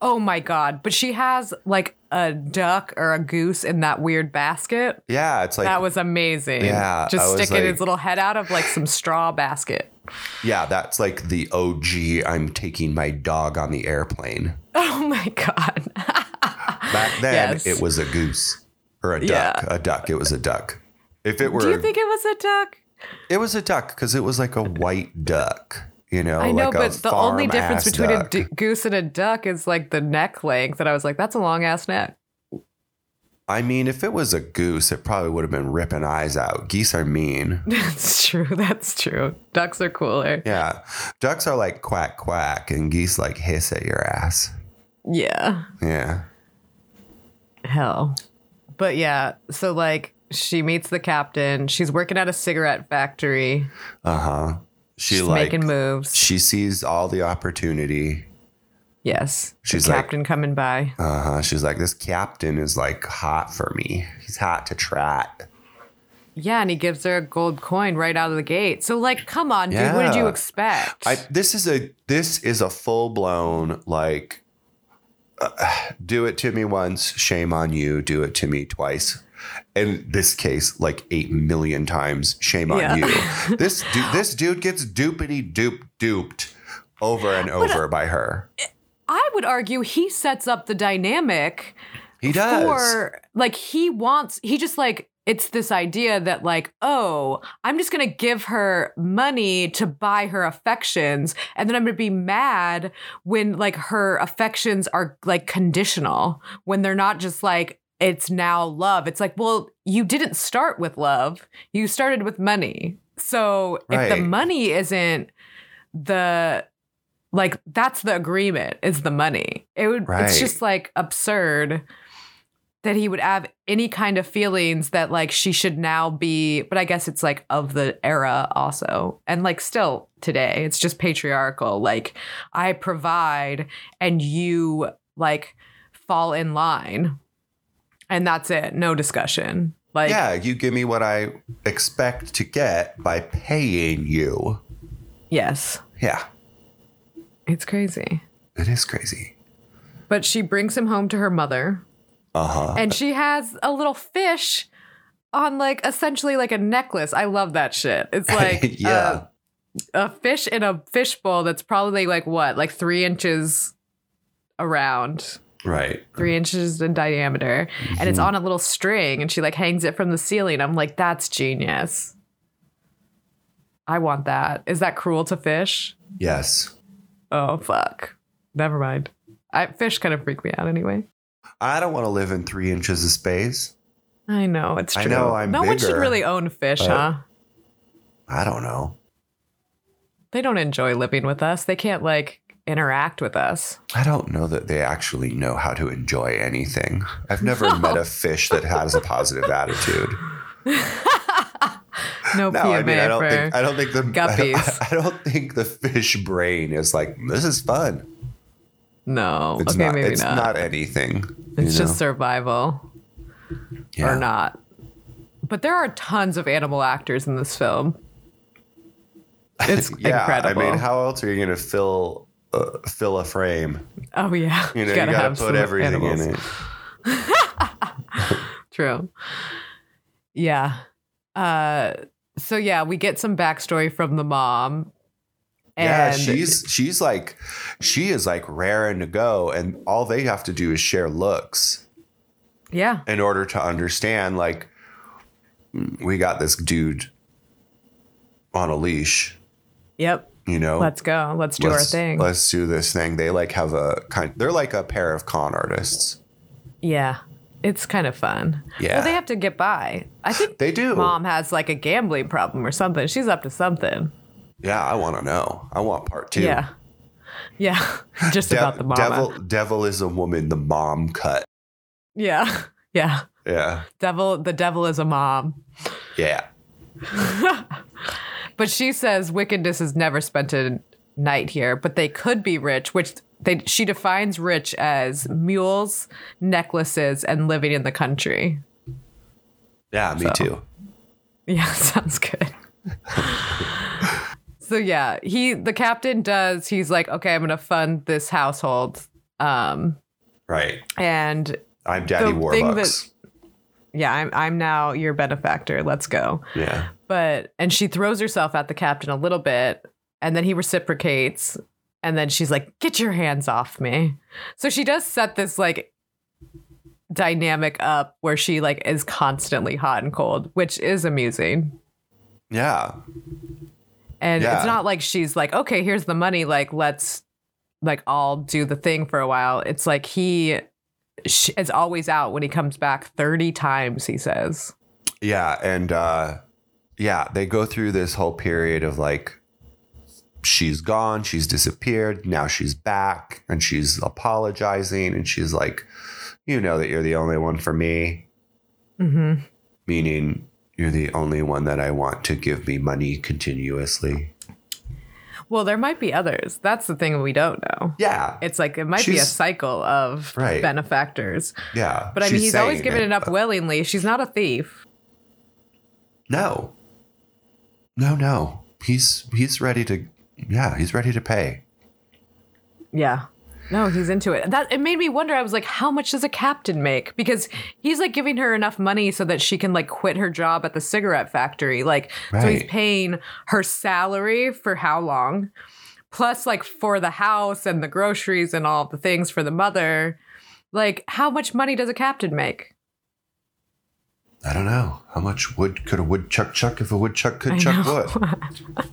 Oh my god! But she has like a duck or a goose in that weird basket. Yeah, it's like That was amazing. Yeah, I just was sticking like- his little head out of like some straw basket. Yeah, that's like the OG. I'm taking my dog on the airplane. Oh my god! Back then, Yes. it was a goose or a duck. A duck. It was a duck. If it were, Do you think it was a duck? it was a duck because it was like a white duck. You know, I know, like but a the only farm difference ass between duck. a d- goose and a duck is like the neck length, and I was like, that's a long ass neck. I mean, if it was a goose, it probably would have been ripping eyes out. Geese are mean. that's true. That's true. Ducks are cooler. Yeah, ducks are like quack quack, and geese like hiss at your ass. Yeah. Yeah, Hell. But yeah, so like she meets the captain. She's working at a cigarette factory. uh huh. She She's like making moves. she sees all the opportunity. Yes. She's the like- captain coming by. Uh huh. She's like, this captain is like hot for me. He's hot to trot. Yeah, and he gives her a gold coin right out of the gate. So like, come on, dude, what did you Yeah. expect? I this is a this is a full blown like, uh, do it to me once, shame on you. Do it to me twice. In this case, like eight million times, shame on Yeah. you. This du- this dude gets dupity dupe duped over and over uh, by her. I would argue he sets up the dynamic He does. for like he wants he just like it's this idea that like oh i'm just gonna give her money to buy her affections and then i'm gonna be mad when like her affections are like conditional when they're not just like it's now love it's like well you didn't start with love you started with money so if Right. the money isn't the like that's the agreement is the money it would Right. it's just like absurd that he would have any kind of feelings that like she should now be but i guess it's like of the era also and like still today it's just patriarchal like i provide and you like fall in line and that's it no discussion like yeah, you give me what I expect to get by paying you. yes Yeah, it's crazy it is crazy. but she brings him home to her mother Uh huh. and she has a little fish on like essentially like a necklace. I love that shit. It's like uh, yeah, a, a fish in a fish bowl that's probably like what, like three inches around, right. three inches in diameter, and Mm-hmm. it's on a little string, and she like hangs it from the ceiling. I'm like, that's genius. I want that. Is that cruel to fish? Yes, Oh fuck. Never mind. I, fish kind of freak me out anyway. I don't want to live in three inches of space. I know it's true. I know I'm no one should bigger, really own fish, but- huh? I don't know. They don't enjoy living with us. They can't like interact with us. I don't know that they actually know how to enjoy anything. I've never met a fish that has a positive attitude. No, No, PMA I mean I don't for think I don't think the I guppies. don't, I don't think the fish brain is like this is fun. no. It's okay, not. maybe it's not. not, anything. you it's just know? survival Yeah. or not. But there are tons of animal actors in this film. It's Yeah, incredible. I mean, how else are you going to fill uh, fill a frame? oh yeah, You know, you got to put some everything in it. True. Yeah. Uh, so yeah, we get some backstory from the mom. yeah, And she's she's like she is like raring to go, and all they have to do is share looks yeah, in order to understand. Like, "Mm, we got this dude on a leash. yep. You know, Let's go. Let's do Oh. Let's- our thing. Let's do this thing. They like have a kind. They're like a pair of con artists. Yeah. It's kind of fun. Yeah. Well, they have to get by. I think They do. mom has like a gambling problem or something. She's up to something. Yeah, I want to know. I want part two. Yeah. Yeah. Just Dev- about the mama. Devil, devil is a woman. The mom cut. Yeah. Yeah. Yeah, Devil the devil is a mom. yeah. But she says wickedness has never spent a night here, but they could be rich, which they she defines rich as mules, necklaces, and living in the country. Yeah, me too. Yeah, sounds good. so yeah, he the captain does. He's like, okay, I'm gonna fund this household. Um, Right. and I'm Daddy The thing Warbucks. yeah, I'm I'm now your benefactor. Let's go. yeah. But and she throws herself at the captain a little bit, and then he reciprocates, and then she's like, "Get your hands off me!" So she does set this like dynamic up where she like is constantly hot and cold, which is amusing. Yeah. And Yeah. it's not like she's like, okay, here's the money. Like, let's like all do the thing for a while. It's like he sh- is always out when he comes back 30 times, he says. Yeah. And uh yeah, they go through this whole period of like she's gone, she's disappeared, now she's back, and she's apologizing, and she's like, you know that you're the only one for me. Mm-hmm. Meaning you're the only one that I want to give me money continuously. Well, there might be others. That's the thing we don't know. Yeah. It's like it might be a She's- cycle of Right. benefactors. yeah. But I mean, she's he's always saying giving it up willingly. She's not a thief. No. No, no. He's he's ready to yeah, he's ready to pay. Yeah. No, he's into it. That it made me wonder. I was like, how much does a captain make? Because he's like giving her enough money so that she can like quit her job at the cigarette factory. Like so he's Right. paying her salary for how long? Plus like for the house and the groceries and all the things for the mother. Like how much money does a captain make? I don't know. How much wood could a woodchuck chuck if a woodchuck could I chuck know. Um, wood?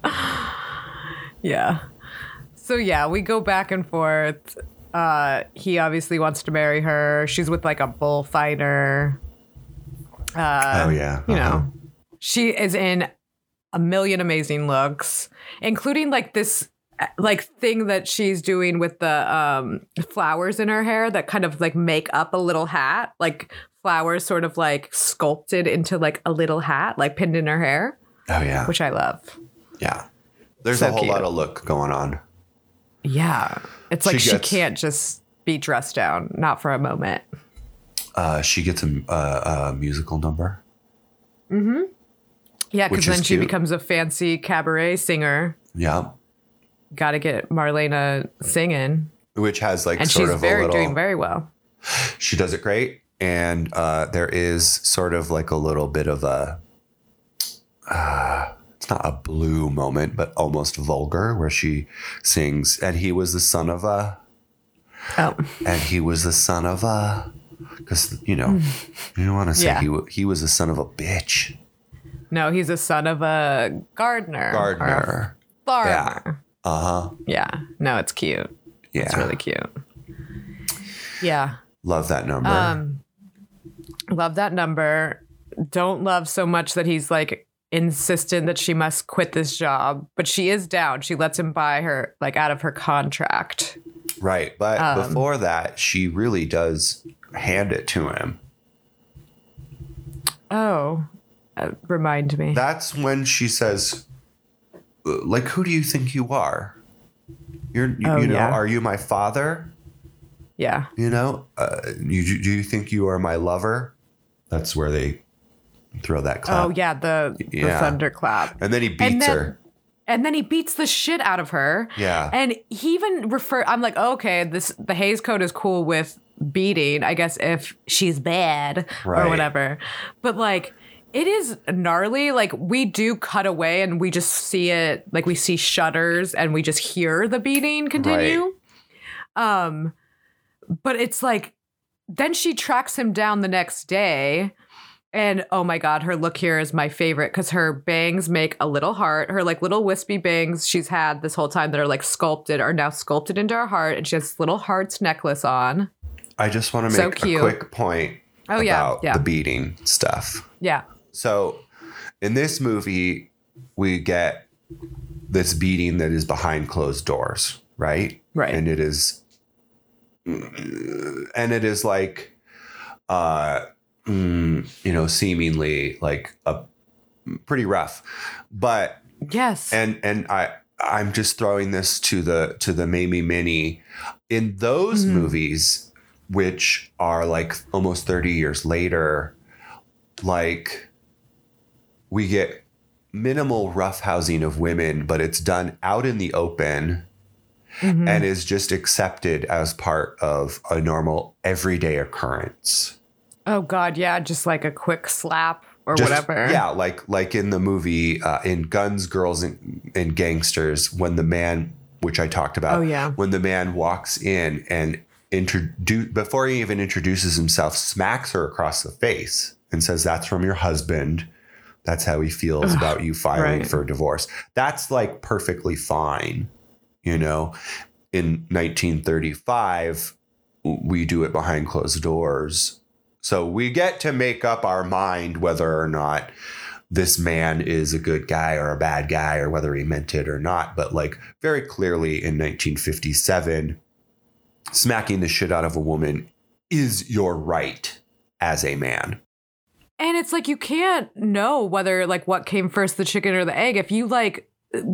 Yeah. So yeah, we go back and forth. Uh, he obviously wants to marry her. She's with like a bullfighter. oh yeah. you Uh-huh. know she is in a million amazing looks including like this uh, like thing that she's doing with the um flowers in her hair that kind of like make up a little hat like flowers sort of like sculpted into like a little hat like pinned in her hair Oh yeah. which i love yeah. There's So a whole cute. lot of look going on. yeah it's like She she, gets- can't just be dressed down not for a moment Uh, she gets a, uh, a, a musical number. yeah because Which then is she cute. becomes a fancy cabaret singer Yeah. gotta get marlena singing Which has like and sort she's of very a little doing very well she does it great. And uh, there is sort of like a little bit of a, uh, it's not a blue moment, but almost vulgar where she sings, and he was the son of a, Oh, and he was the son of a, because, you know, you don't want to say Yeah. he, wa- he was the son of a bitch. no, he's a son of a gardener. Or Gardner. a farmer. Uh huh. Yeah. No, it's cute. Yeah. It's really cute. Yeah. Love that number. Um, love that number. Don't love so much that he's like insistent that she must quit this job, but she is down. She lets him buy her like out of her contract. right. But um, before that, she really does hand it to him. Oh. Uh, remind me. That's when she says, "Uh, like, who do you think you are? You're, you, Oh, you know, yeah. are you my father? yeah. You know, uh, you, do you think you are my lover? That's where they throw that clap. Oh yeah, the, Yeah. the thunderclap. And then he beats and then, her. And then he beats the shit out of her. Yeah. And he even refer I'm like, oh, okay, this the Hayes code is cool with beating, I guess if she's bad Right. or whatever. But like it is gnarly. Like we do cut away and we just see it like we see shutters and we just hear the beating continue. Um but it's like then she tracks him down the next day. And oh my god, her look here is my favorite because her bangs make a little heart. Her like little wispy bangs she's had this whole time that are like sculpted are now sculpted into her heart, and she has this little hearts necklace on. I just want to So make a cute. quick point Oh about yeah, yeah, the beating stuff. yeah, So in this movie, we get this beating that is behind closed doors, right? Right. And it is and it is like uh mm, you know, seemingly like a pretty rough. But yes, and and I I'm just throwing this to the to the Mamie Mini in those movies, which are like almost 30 years later, like we get minimal roughhousing of women, but it's done out in the open and is just accepted as part of a normal everyday occurrence. oh god, yeah, just like a quick slap or Just- whatever. Yeah, like like in the movie uh, in Guns, Girls, and, and Gangsters, when the man, which I talked about, Oh, yeah. when the man walks in and introduce before he even introduces himself, smacks her across the face and says, "That's from your husband." That's how he feels about you filing right. for a divorce. That's like perfectly fine, you know. In 1935, we do it behind closed doors. So we get to make up our mind whether or not this man is a good guy or a bad guy or whether he meant it or not. But like very clearly in 1957, smacking the shit out of a woman is your right as a man. And it's like you can't know whether like what came first, the chicken or the egg. If you like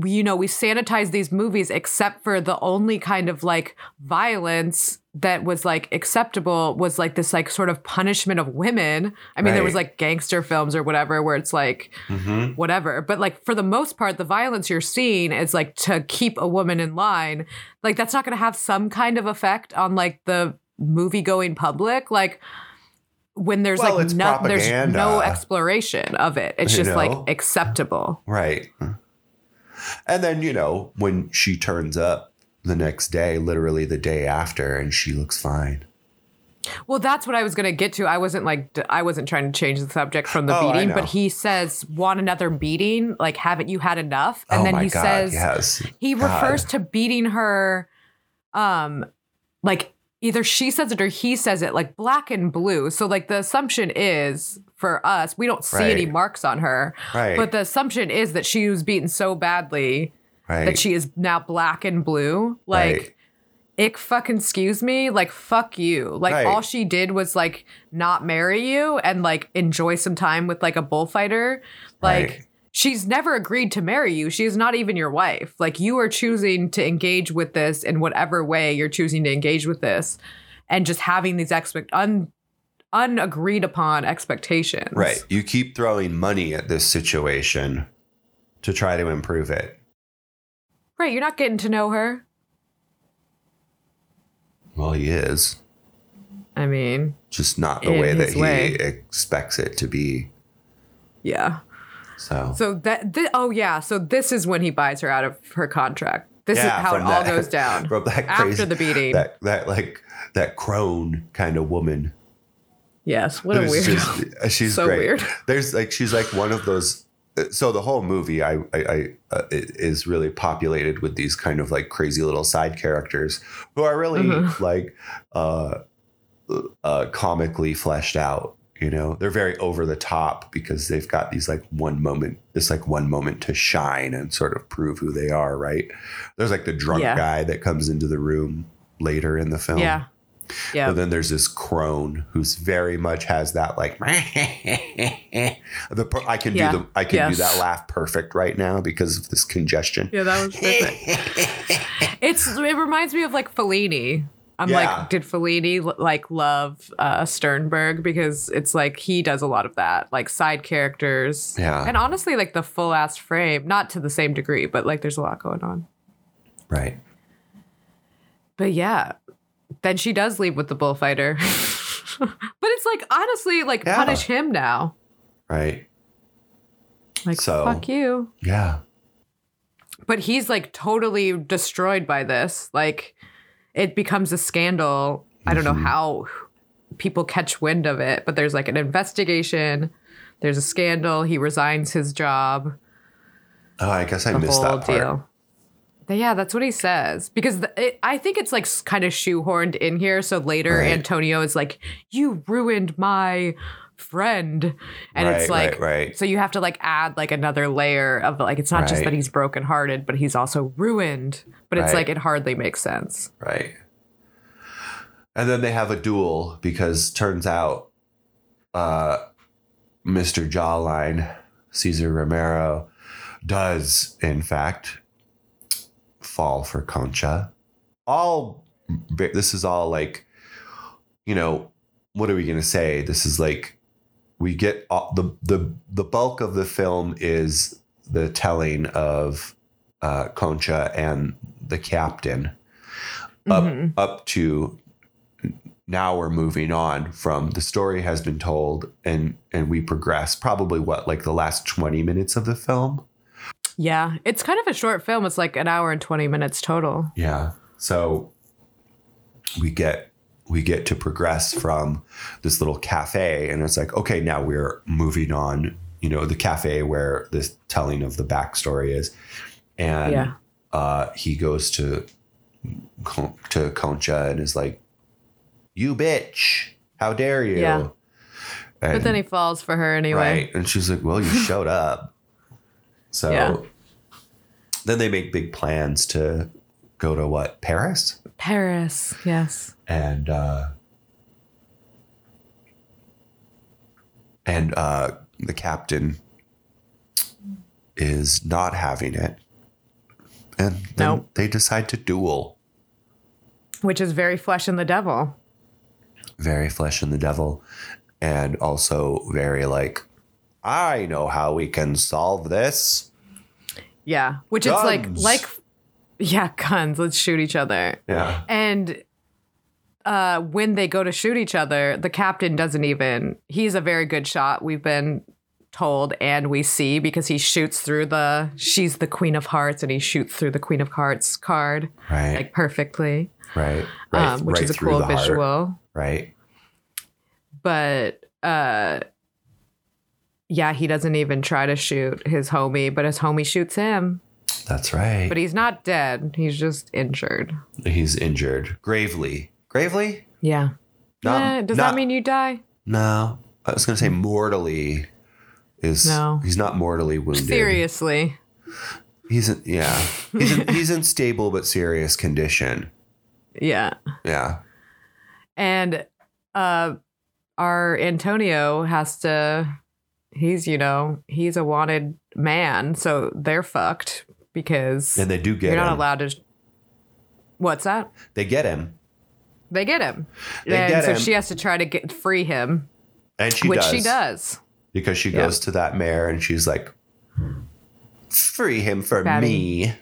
you know, we sanitize these movies except for the only kind of like violence that was like acceptable was like this like sort of punishment of women. I mean, there was Right. like gangster films or whatever where it's like Mm-hmm. whatever. But like for the most part, the violence you're seeing is like to keep a woman in line. Like that's not going to have some kind of effect on like the movie going public. Like when there's Well, like it's no, there's no propaganda. exploration of it. It's You just know? like acceptable. Right. And then, you know, when she turns up the next day, literally the day after, and she looks fine. Well, that's what I was going to get to. I wasn't like d- I wasn't trying to change the subject from the Oh, I beating, know. but he says, "Want another beating? Like haven't you had enough?" And oh then my he God. says, yes. he God. refers to beating her um like either she says it or he says it like black and blue so like the assumption is for us we don't see any Right. marks on her Right. but the assumption is that she was beaten so badly right. that she is now black and blue like Right. ick fucking excuse me like fuck you like Right. all she did was like not marry you and like enjoy some time with like a bullfighter like Right. she's never agreed to marry you she is not even your wife like you are choosing to engage with this in whatever way you're choosing to engage with this and just having these expect un unagreed upon expectations Right. You keep throwing money at this situation to try to improve it. right you're not getting to know her Well, he is. i mean Just not the In way that his he way. expects it to be. yeah So, So that thi- oh yeah, so this is when he buys her out of her contract. This Yeah, is how it from all that- goes down from that after crazy- the beating. that that like that crone kind of woman. yes, what a who's weirdo. just- uh, she's So great. weird. There's like she's like one of those. uh, So the whole movie, I, I, I uh, it is really populated with these kind of like crazy little side characters who are really Mm-hmm. like uh, uh, comically fleshed out. You know, they're very over the top because they've got these like one moment, this like one moment to shine and sort of prove who they are. Right? There's like the drunk Yeah. guy that comes into um, the room later in the film. yeah, Yeah. But then there's this crone who's very much has that like the per- I can Yeah. do the I can do Yes. that laugh perfect right now because of this congestion. Yeah, that was perfect. it's it reminds me of like Fellini. I'm Yeah. like, did Fellini l- like love uh, Sternberg because it's like he does a lot of that, like side characters, Yeah. and honestly, like the full ass frame, not to the same degree, but like there's a lot going on. Right. But yeah, then she does leave with the bullfighter, but it's like honestly, like Yeah. punish him now, Right. like So- fuck you. Yeah. but he's like totally destroyed by this. Like it becomes a scandal. I don't know Mm-hmm. how people catch wind of it, but there's like an investigation. There's a scandal. He resigns his job. Oh, I guess I The missed whole that part. deal. But yeah, that's what he says because the, it, I think it's like kind of shoehorned in here. So later, Right. Antonio is like, "You ruined my." friend and it's like Right, right, right. so you have to like add like another layer of like it's not just Right. that he's brokenhearted but he's also ruined but it's Right. like it hardly makes sense Right. And then they have a duel because turns out uh, Mr. Jawline, Caesar Romero, does in fact fall for Concha. All this is all like, you know, what are we gonna say? This is like we get all, the the the bulk of the film is the telling of uh, Concha and the captain up Mhm. up to now we're moving on from the story has been told and and we progress probably what like the last 20 minutes of the film yeah it's kind of a short film it's like an hour and 20 minutes total yeah so we get we get to progress from this little cafe and it's like okay now we're moving on you know the cafe where this telling of the backstory is and yeah uh, he goes to Con- to Concha and is like, "You bitch! How dare you!" Yeah. And, but then he falls for her anyway right, and she's like, "Well, you showed up." So Yeah. then they make big plans to go to what Paris, paris yes and uh, and uh, the captain is not having it, and then Nope. they decide to duel. which is very flesh and the devil very flesh and the devil, and also very like, I know how we can solve this. yeah which Guns. it's like like yeah guns let's shoot each other Yeah. And uh, when they go to shoot each other, the captain doesn't even. He's a very good shot. We've been told and we see because he shoots through the she's the queen of hearts and he shoots through the queen of hearts card Right. like perfectly right. Right. um, which right is a through cool the heart, visual Right. but uh yeah he doesn't even try to shoot his homie but his homie shoots him That's right. but he's not dead he's just injured He's injured gravely. Gravely? yeah Not- Eh, does not- that mean you die No. I was gonna say mortally. Is No. he's not mortally wounded. seriously He's in, yeah. He's in, he's in stable but serious condition. yeah Yeah. and uh our antonio has to he's you know he's a wanted man so they're fucked because And they do get you're not him. allowed to what's that They get him. they get him They and get so him. she has to try to get free him And she which does. she does because she Yeah. goes to that mayor and she's like, "Free him for Fatty. me."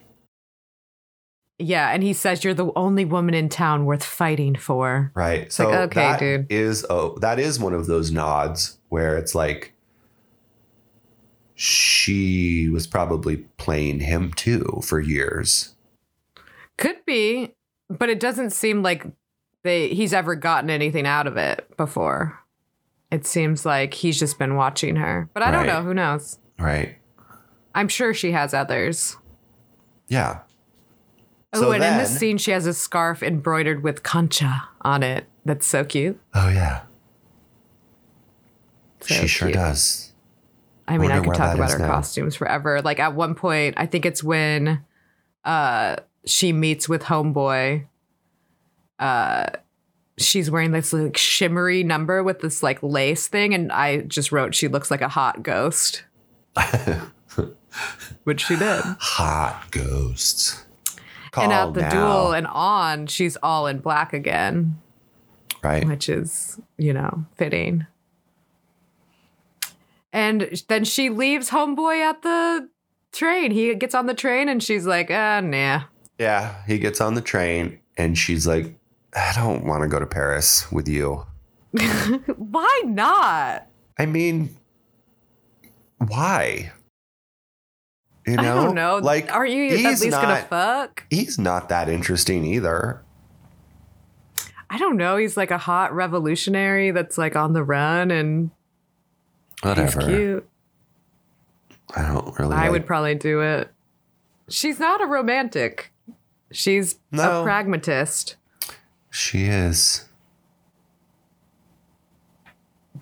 yeah and he says you're the only woman in town worth fighting for Right. like, So okay, that dude. is oh, that is one of those nods where it's like she was probably playing him too for years. could be but it doesn't seem like they he's ever gotten anything out of it before it seems like he's just been watching her but i don't Right. know who knows Right. I'm sure she has others. Yeah. oh, and in this scene, she has a scarf embroidered with concha on it. That's so cute. Oh yeah. So she sure cute. does. I mean, I Wonder could where talk that about is her now. costumes forever. Like at one point, I think it's when uh, she meets with Homeboy. Uh, she's wearing this like shimmery number with this like lace thing, and I just wrote she looks like a hot ghost, which she did. Hot ghosts. Call and at the now. duel and on, she's all in black again, right. which is you know fitting. And then she leaves homeboy at the train. He gets on the train, and she's like, "Ah, nah." Yeah, he gets on the train and she's like, I don't want to go to Paris with you. Why not? I mean, why? You know, I don't know. Like, are you at he's least gonna not- fuck? He's not that interesting either. I don't know. He's like a hot revolutionary that's like on the run and Whatever. he's cute. I don't really. I like- would probably do it. She's not a romantic. She's No. a pragmatist, She is.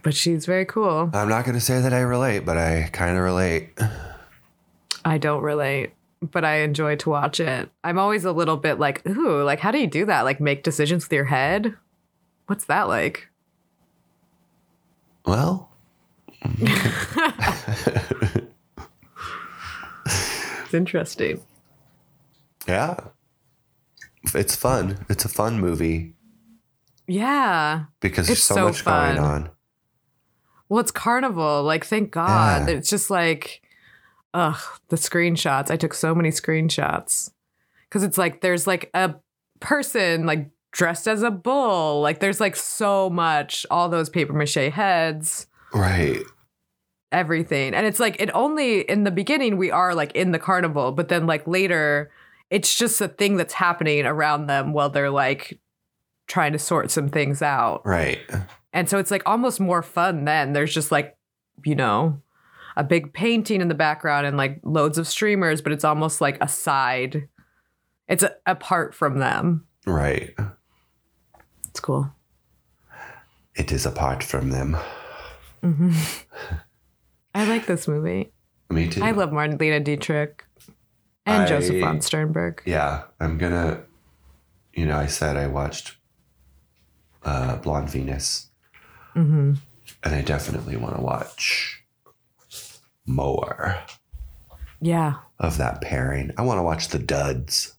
but she's very cool. I'm not gonna say that I relate, but I kind of relate. I don't relate, but I enjoy to watch it. I'm always a little bit like, ooh, like how do you do that? Like make decisions with your head? What's that like? Well, It's interesting. yeah, it's fun. It's a fun movie Yeah. because there's It's so, so much fun. going on. Well, it's carnival. Like, thank God. Yeah. It's just like, ugh, the screenshots. I took so many screenshots because it's like there's like a person like dressed as a bull. Like, there's like so much. All those paper mache heads, Right. everything, and it's like it only in the beginning we are like in the carnival, but then like later, it's just a thing that's happening around them while they're like trying to sort some things out. Right. And so it's like almost more fun then. There's just like, you know, a big painting in the background and like loads of streamers, but it's almost like a side. It's a, apart from them. Right. It's cool. It is apart from them. I like this movie. Me too. I love Marlena Dietrich and I- Joseph von Sternberg. yeah, I'm gonna. You know, I said I watched uh, Blonde Venus, hmm and I definitely want to watch more Yeah. of that pairing. I want to watch the Duds.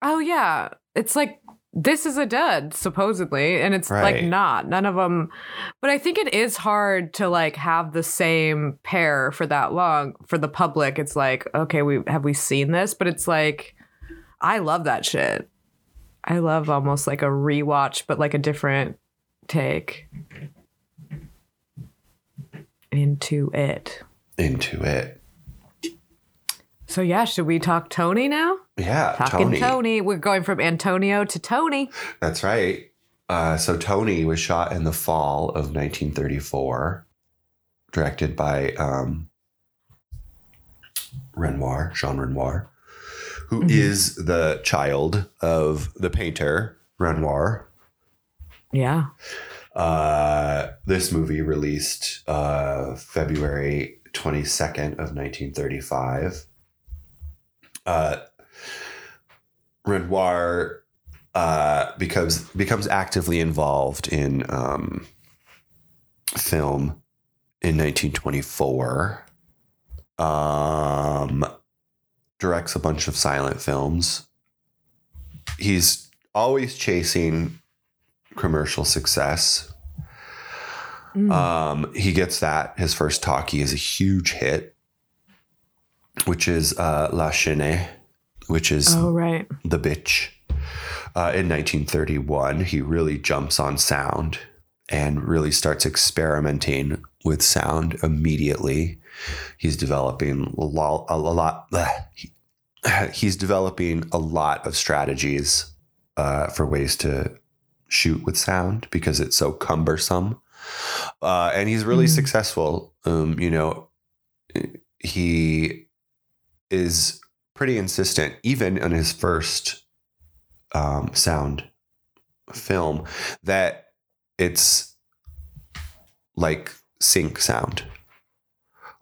Oh, yeah. It's like, this is a dud, supposedly. And it's like Right. not. None of them. But I think it is hard to like have the same pair for that long for the public. It's like, okay, we have we seen this? But it's like, I love that shit. I love almost like a rewatch, but like a different take into it. into it. So yeah, should we talk Tony now? Yeah, Talking Tony. Tony. We're going from Antonio to Tony. That's right. Uh, so Tony was shot in the fall of 1934, directed by um, Renoir, Jean Renoir, who is Mhm. the child of the painter Renoir. Yeah. Uh, this movie released uh, February 22nd of 1935. Uh, Renoir uh, becomes becomes actively involved in um, film in 1924. Um, directs a bunch of silent films. He's always chasing commercial success. Mm. Um, he gets that. His first talkie is a huge hit, which is uh, La Chine, which is oh right. the bitch. Uh, in 1931, he really jumps on sound and really starts experimenting with sound immediately. He's developing a lot. A lot bleh. he's developing a lot of strategies uh, for ways to shoot with sound because it's so cumbersome. Uh, and he's really Mhm. successful. Um, you know, he is pretty insistent, even on his first um, sound film, that it's like sync sound,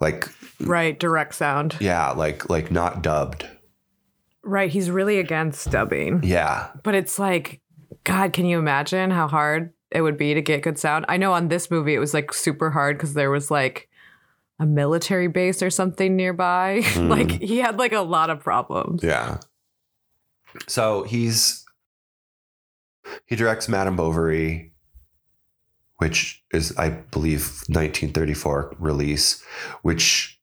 like Right, direct sound. yeah, like like not dubbed, Right, he's really against dubbing. yeah, But it's like God, can you imagine how hard it would be to get good sound? I know on this movie it was like super hard because there was like a military base or something nearby. Mm. like he had like a lot of problems. Yeah. So he's he directs Madame Bovary, which is, I believe, 1934 release, which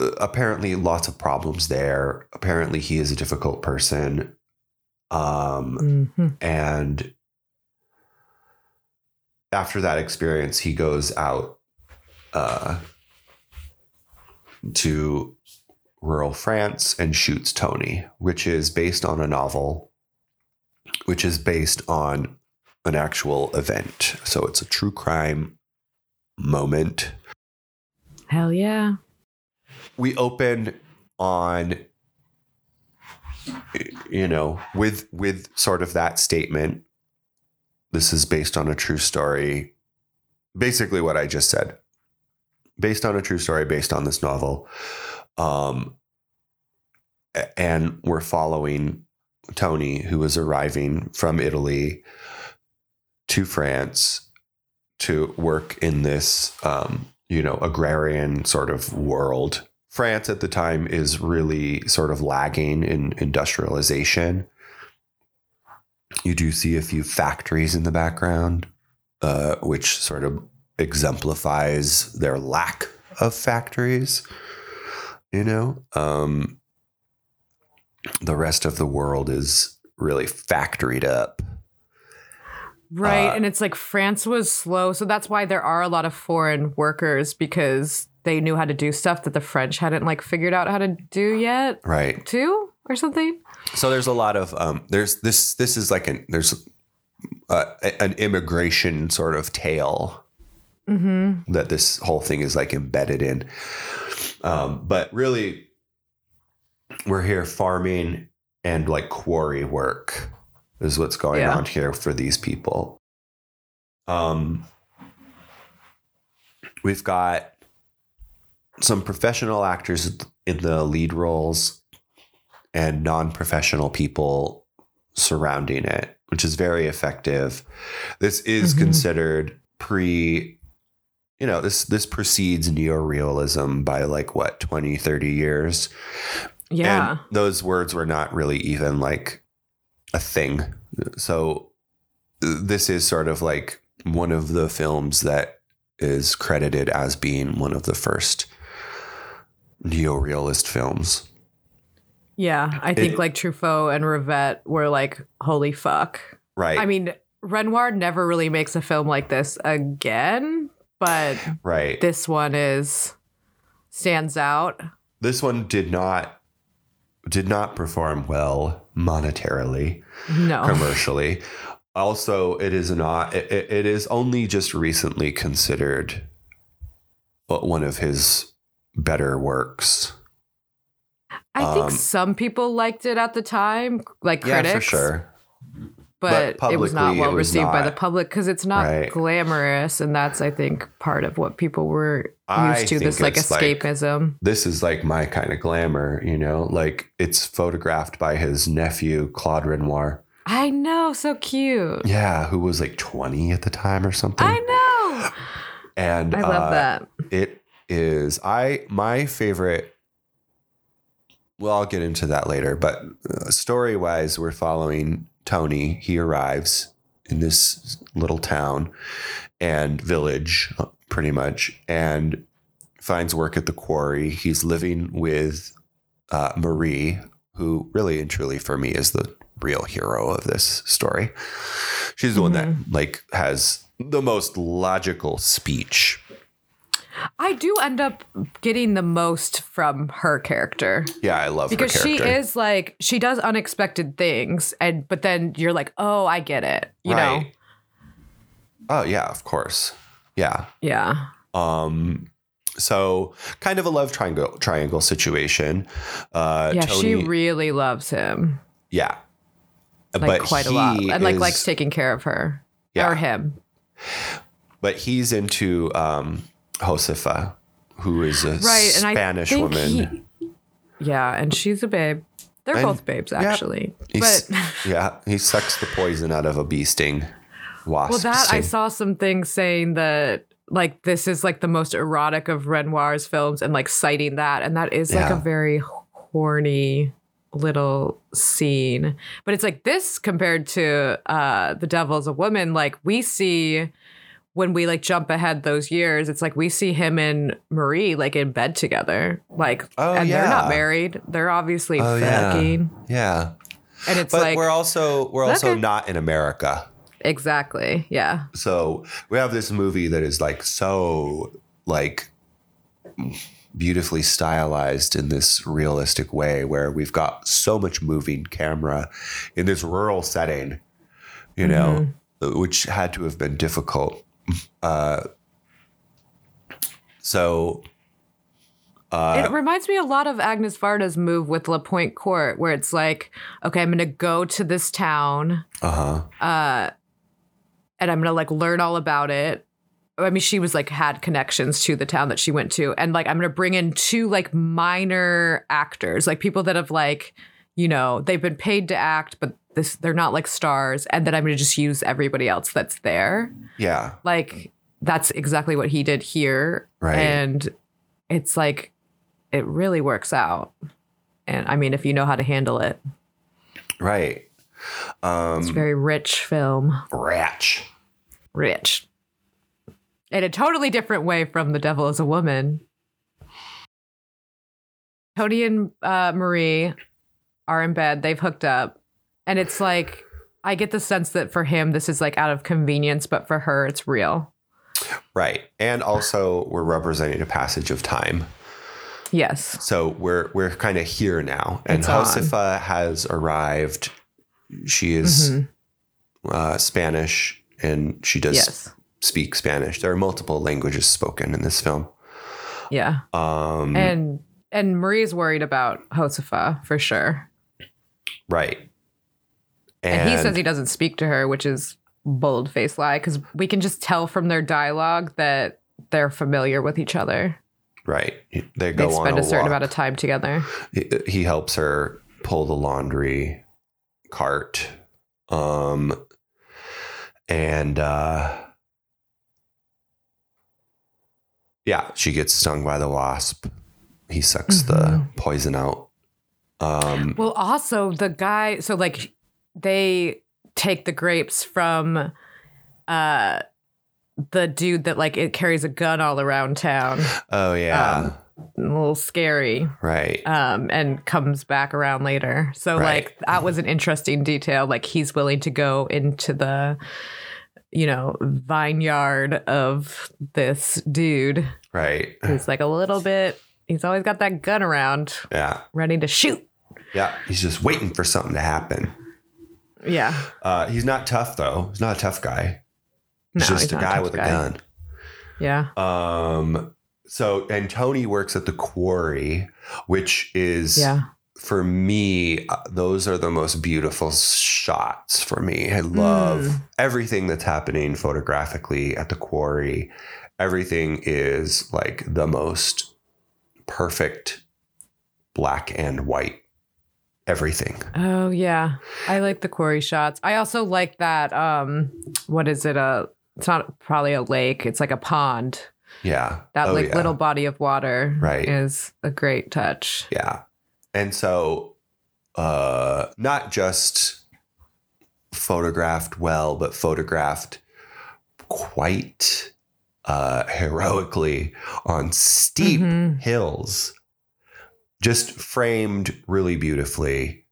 uh, apparently lots of problems there. Apparently, he is a difficult person. Um, Mhm. and after that experience, he goes out uh, to rural France and shoots Tony, which is based on a novel, which is based on an actual event. So it's a true crime moment. Hell yeah. We open on you know with with sort of that statement this is based on a true story basically what i just said based on a true story based on this novel um a- and we're following tony who is arriving from italy to france to work in this um you know agrarian sort of world France at the time is really sort of lagging in industrialization. You do see a few factories in the background, uh, which sort of exemplifies their lack of factories. You know, um, the rest of the world is really factoried up. Right. Uh, and it's like France was slow. So that's why there are a lot of foreign workers because they knew how to do stuff that the French hadn't like figured out how to do yet, Right. too, or something. so there's a lot of um, there's this this is like an there's uh, a- an immigration sort of tale that this whole thing is like embedded in um, but really we're here farming and like quarry work is what's going Yeah. on here for these people um we've got some professional actors in the lead roles and non-professional people surrounding it which is very effective this is Mhm. considered pre you know this this precedes neorealism by like what 20 30 years Yeah. and those words were not really even like a thing so uh, this is sort of like one of the films that is credited as being one of the first neorealist films yeah. I think it- like Truffaut and Rivette were like, holy fuck. right I mean, Renoir never really makes a film like this again, but right this one is stands out. this one did not did not perform well monetarily Oh. No. commercially also it is not it, it- it is only just recently considered one of his better works I think um, some people liked it at the time, like critics, yeah for sure but, but it was not publicly it well was received by not. the public because it's not Right. glamorous. And that's, I think, part of what people were used I to this think like it's like- escapism. this is like my kind of glamour you know like it's photographed by his nephew claude renoir I know, so cute. yeah who was like 20 at the time or something I know. and I love uh, that. It is I my favorite. Well, I'll get into that later, but story wise, we're following Tony. He arrives in this little town and village, uh, pretty much, and finds work at the quarry. He's living with uh, Marie, who really and truly for me is the real hero of this story. She's the one that like has the most logical speech I do end up getting the most from her character. Yeah, I love because her she character. is like she does unexpected things and but then you're like oh i get it you know Right. Oh yeah, of course. Yeah. yeah Um. So kind of a love triangle triangle situation. Uh, yeah Tony, she really loves him yeah. like quite a lot he and like is- likes taking care of her Yeah. or him But he's into um Josefa, who is a right and i Spanish think woman. he- yeah and she's a babe They're And- both babes, yeah. actually. He's, but yeah, he sucks the poison out of a bee sting. Wasp well, that I sting. saw something saying that like this is like the most erotic of Renoir's films, and like citing that, and that is like Yeah. a very horny little scene. But it's like this compared to uh The Devil's a Woman. Like we see when we like jump ahead those years, it's like we see him and Marie like in bed together, like, Oh, and they're not yeah. married. They're obviously Oh, yeah. fucking, Yeah, and it's but like we're also we're also Okay. not in America. exactly, yeah. so we have this movie that is like so like beautifully stylized in this realistic way where we've got so much moving camera in this rural setting you know which had to have been difficult uh so it reminds me a lot of Agnes Varda's move with La Pointe Court, where it's like, okay, I'm gonna go to this town uh-huh and I'm gonna like learn all about it. I mean, she was like had connections to the town that she went to, and like I'm gonna bring in two like minor actors, like people that have like, you know, they've been paid to act, but this they're not like stars, and then I'm gonna just use everybody else that's there. yeah Like that's exactly what he did here, Right. and it's like it really works out. And I mean, if you know how to handle it, right it's a um very rich film. ratch Rich. In a totally different way from The Devil is a Woman. Tony and uh, Marie are in bed. They've hooked up. And it's like, I get the sense that for him, this is like out of convenience, but for her, it's real. right and also we're representing a passage of time Yes. so we're we're kind of here now and It's on. Josefa has arrived she is Mhm. uh, spanish and she does Yes. speak spanish there are multiple languages spoken in this film Yeah. um, And and Marie's worried about Josefa for sure. right and he says he doesn't speak to her, which is bold faced lie because we can just tell from their dialogue that they're familiar with each other. right they They go on spend a, a certain walk. amount of time together. he, he helps her pull the laundry cart um and uh yeah she gets stung by the wasp he sucks the Mm-hmm. poison out um Well, also the guy, so like they take the grapes from uh the dude that like it carries a gun all around town. oh yeah A little scary. right um, and comes back around later. So Right. like that was an interesting detail. Like he's willing to go into the, you know, vineyard of this dude right who's like a little bit. He's always got that gun around, yeah ready to shoot. yeah he's just waiting for something to happen Yeah, uh he's not tough though he's not a tough guy he's No, just he's a not guy tough with guy. a gun yeah. Um, so and Tony works at the quarry, which is Yeah. for me, uh, those are the most beautiful shots for me. I Hmm. love everything that's happening photographically at the quarry. Everything is like the most perfect black and white. Everything. Oh yeah. I like the quarry shots. I also like that. Um, what is it? A it's not probably a lake. It's like a pond. Yeah. That Oh, like yeah. little body of water Right. is a great touch. Yeah. And so uh not just photographed well, but photographed quite uh heroically on steep Mhm. hills. Just framed really beautifully.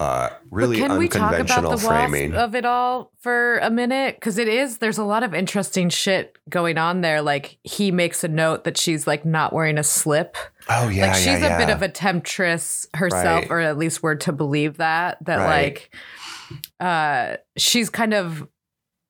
Uh really but can we talk about the unconventional wasp framing. of it all for a minute because it is there's a lot of interesting shit going on there like he makes a note that she's like not wearing a slip oh yeah. like she's yeah, a bit yeah. of a temptress herself Right. or at least we're to believe that that Right. like uh she's kind of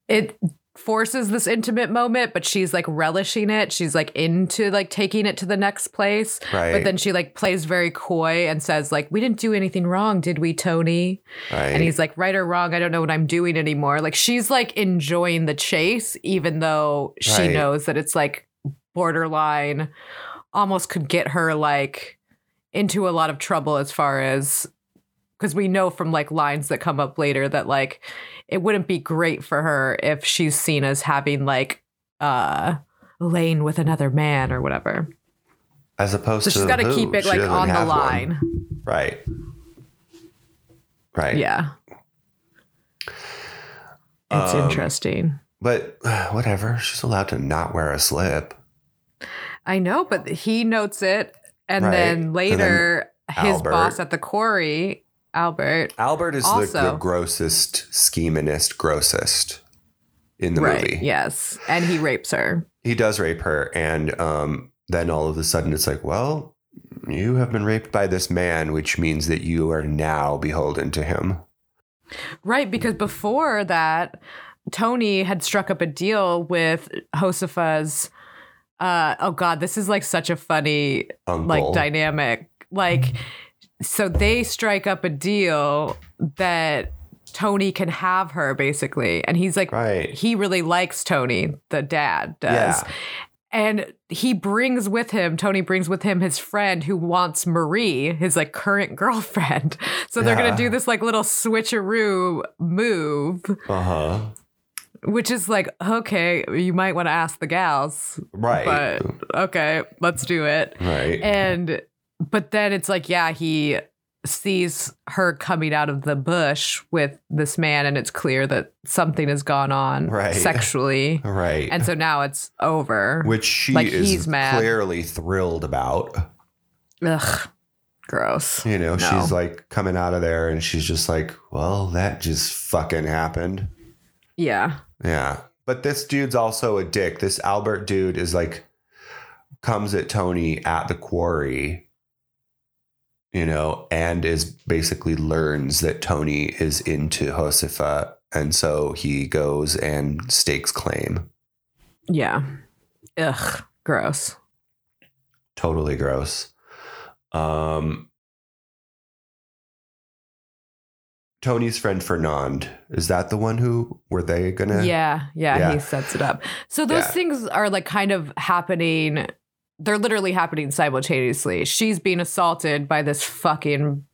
it forces this intimate moment but she's like relishing it she's like into like taking it to the next place right, but then she like plays very coy and says like we didn't do anything wrong did we tony right. and he's like, right or wrong, I don't know what I'm doing anymore. Like she's like enjoying the chase, even though she Right. knows that it's like borderline, almost could get her like into a lot of trouble as far as because we know from like lines that come up later that like it wouldn't be great for her if she's seen as having like uh lane with another man or whatever. As opposed So to she's got to who? keep it She like doesn't on the have one. line. Right. Right. Yeah. It's Um, interesting. But whatever. She's allowed to not wear a slip. I know, but he notes it. And Right. then And then later, his Albert- boss at the quarry, Albert, Albert is the, Also- the grossest, scheminest, grossest in the right, movie. yes. And he rapes her. He does rape her. And um, then all of a sudden it's like, well, you have been raped by this man, which means that you are now beholden to him. Right, because before that, Tony had struck up a deal with Josefa's. Uh, oh God, this is like such a funny Uncle. like dynamic. Like, so they strike up a deal that Tony can have her basically, and he's like, Right. he really likes Tony, the dad does. Yeah. And he brings with him, Tony brings with him his friend who wants Marie, his like current girlfriend. So they're Yeah. gonna do this like little switcheroo move, Uh huh. which is like, okay, you might want to ask the gals, Right. but okay, let's do it. right. And but then it's like, yeah, he sees her coming out of the bush with this man, and it's clear that something has gone on Right. sexually. right. And so now it's over. Which she like, is he's mad. clearly thrilled about. Ugh, gross. You know, No. she's like coming out of there and she's just like, well, that just fucking happened. Yeah. Yeah. But this dude's also a dick. This Albert dude is like, comes at Tony at the quarry, you know, and is basically learns that Tony is into Josefa. And so he goes and stakes claim. Yeah. Ugh, gross. Totally gross. Um, Tony's friend Fernand is that the one who were they gonna? Yeah, yeah, Yeah. he sets it up. So those Yeah. things are like kind of happening. They're literally happening simultaneously. She's being assaulted by this fucking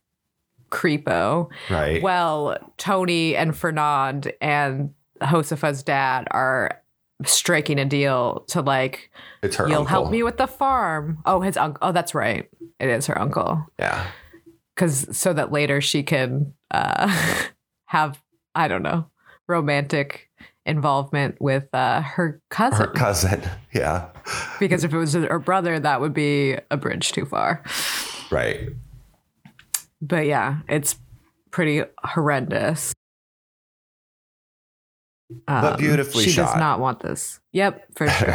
creepo. right. Well, Tony and Fernand and Josefa's dad are striking a deal to like, it's her. you'll uncle. help me with the farm. Oh, his uncle. Oh, that's right. It is her uncle. Yeah, because so that later she can uh, have I don't know romantic involvement with uh, her cousin. her cousin. Yeah, because if it was her brother, that would be a bridge too far. right. But yeah, it's pretty horrendous. Um, beautifully she shot. does not want this. Yep, for sure.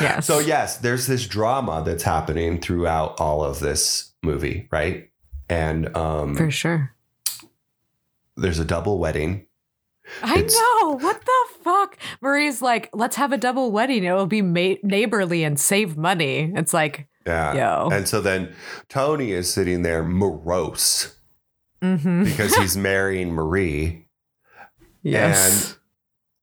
Yes. so yes, there's this drama that's happening throughout all of this movie, right? And um, for sure. there's a double wedding. I It's- know. What the fuck? Marie's like, let's have a double wedding. It will be ma- neighborly and save money. It's like, Yeah. yo. And so then Tony is sitting there morose mm-hmm. because he's marrying Marie. Yes.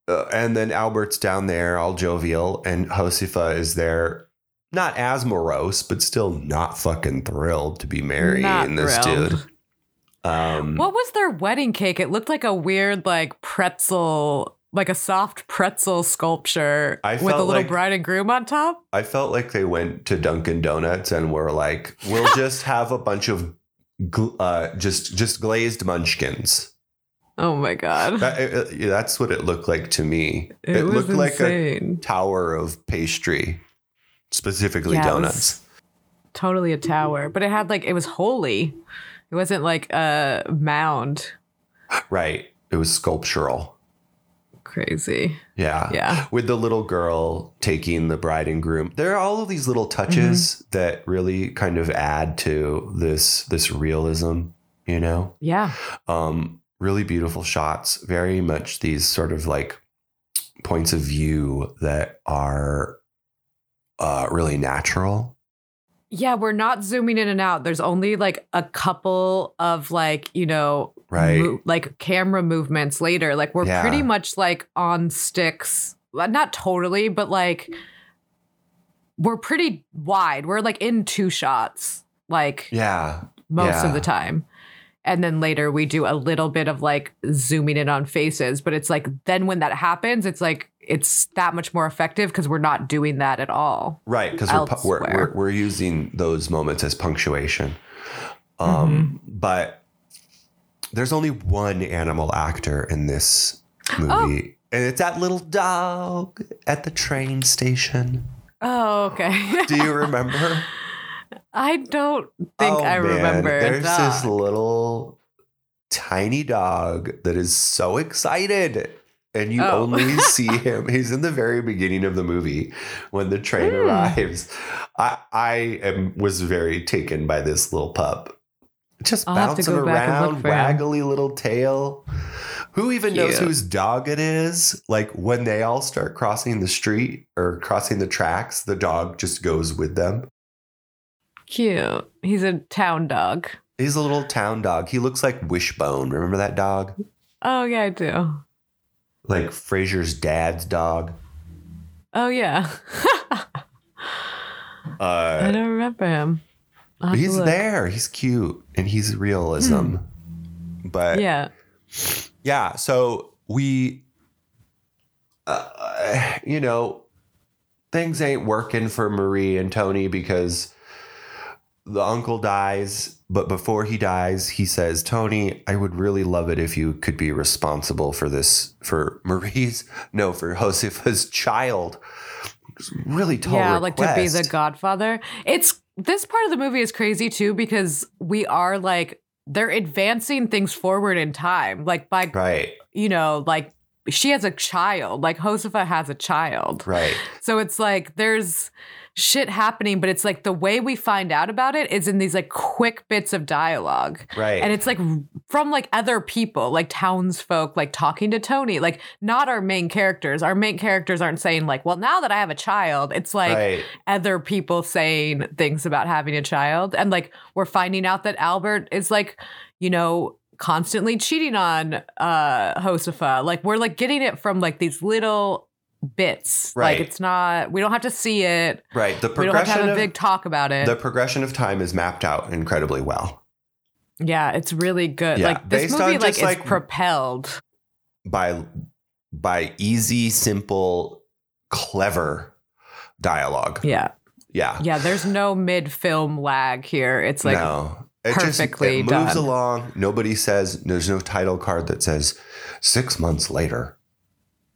And, uh, and then Albert's down there, all jovial, and Josefa is there, not as morose, but still not fucking thrilled to be marrying Not this thrilled. dude. Um, what was their wedding cake? It looked like a weird, like pretzel, like a soft pretzel sculpture I with a felt little like- bride and groom on top. I felt like they went to Dunkin' Donuts and were like, "We'll just have a bunch of gl- uh, just just glazed munchkins." Oh my god, That, it- it- yeah, that's what it looked like to me. It, it, was looked like a insane. tower of pastry, specifically Yeah, it was- donuts. totally a tower, but it had like it was holy. It wasn't like a mound. Right. It was sculptural. Crazy. Yeah. Yeah. With the little girl taking the bride and groom. There are all of these little touches that really kind of add to this this realism, you know? Yeah. Um really beautiful shots, very much these sort of like points of view that are uh really natural. Yeah, we're not zooming in and out. There's only like a couple of like, you know, Right. mo- like camera movements later. Like we're Yeah. pretty much like on sticks. Well, Not totally, but like we're pretty wide. We're like in two shots like Yeah. most yeah. of the time. And then later we do a little bit of like zooming in on faces. But it's like, then when that happens, it's like, it's that much more effective because we're not doing that at all. Right. Because we're, pu- we're, we're, we're using those moments as punctuation. Um, But there's only one animal actor in this movie. And it's that little dog at the train station. Oh, okay. Do you remember? I don't think I remember. Oh, There's that. this little tiny dog that is so excited. And you Oh. only see him. He's in the very beginning of the movie when the train Hmm. arrives. I, I am was very taken by this little pup. Just I'll have to bouncing go back and around, look for him. waggly little tail. Who even knows Cute. whose dog it is? Like when they all start crossing the street or crossing the tracks, the dog just goes with them. Cute. He's a town dog. He's a little town dog. He looks like Wishbone. Remember that dog? Oh, yeah, I do. Like Frasier's dad's dog. Oh, yeah. I Uh, don't remember him. I'll have to he's look. there. He's cute and he's realism. Hmm. But yeah. Yeah. so we, uh, you know, things ain't working for Marie and Tony because the uncle dies. But before he dies, he says, Tony, I would really love it if you could be responsible for this, for Marie's, no, for Josefa's child. It's a Really tall yeah, like to be the request. godfather. It's this part of the movie is crazy too because we are like they're advancing things forward in time. Like by Right, you know, like she has a child. Like Josefa has a child. right. So it's like there's shit happening, but it's like the way we find out about it is in these like quick bits of dialogue. Right. And it's like from like other people, like townsfolk, like talking to Tony, like not our main characters. Our main characters aren't saying like, well, now that I have a child, it's like right. other people saying things about having a child. And like we're finding out that Albert is like, you know, constantly cheating on uh Josefa. Like we're like getting it from like these little bits. Right. Like it's not we don't have to see it. Right. The We don't have to progression have a of big talk about it. the progression of time is mapped out incredibly well yeah, it's really good. Yeah, Like this based on movie like just, is like- propelled. by by easy, simple, clever dialogue. Yeah. Yeah. Yeah. There's no mid film lag here. It's like, no. It perfectly just it moves done. along. Nobody says there's no title card that says six months later.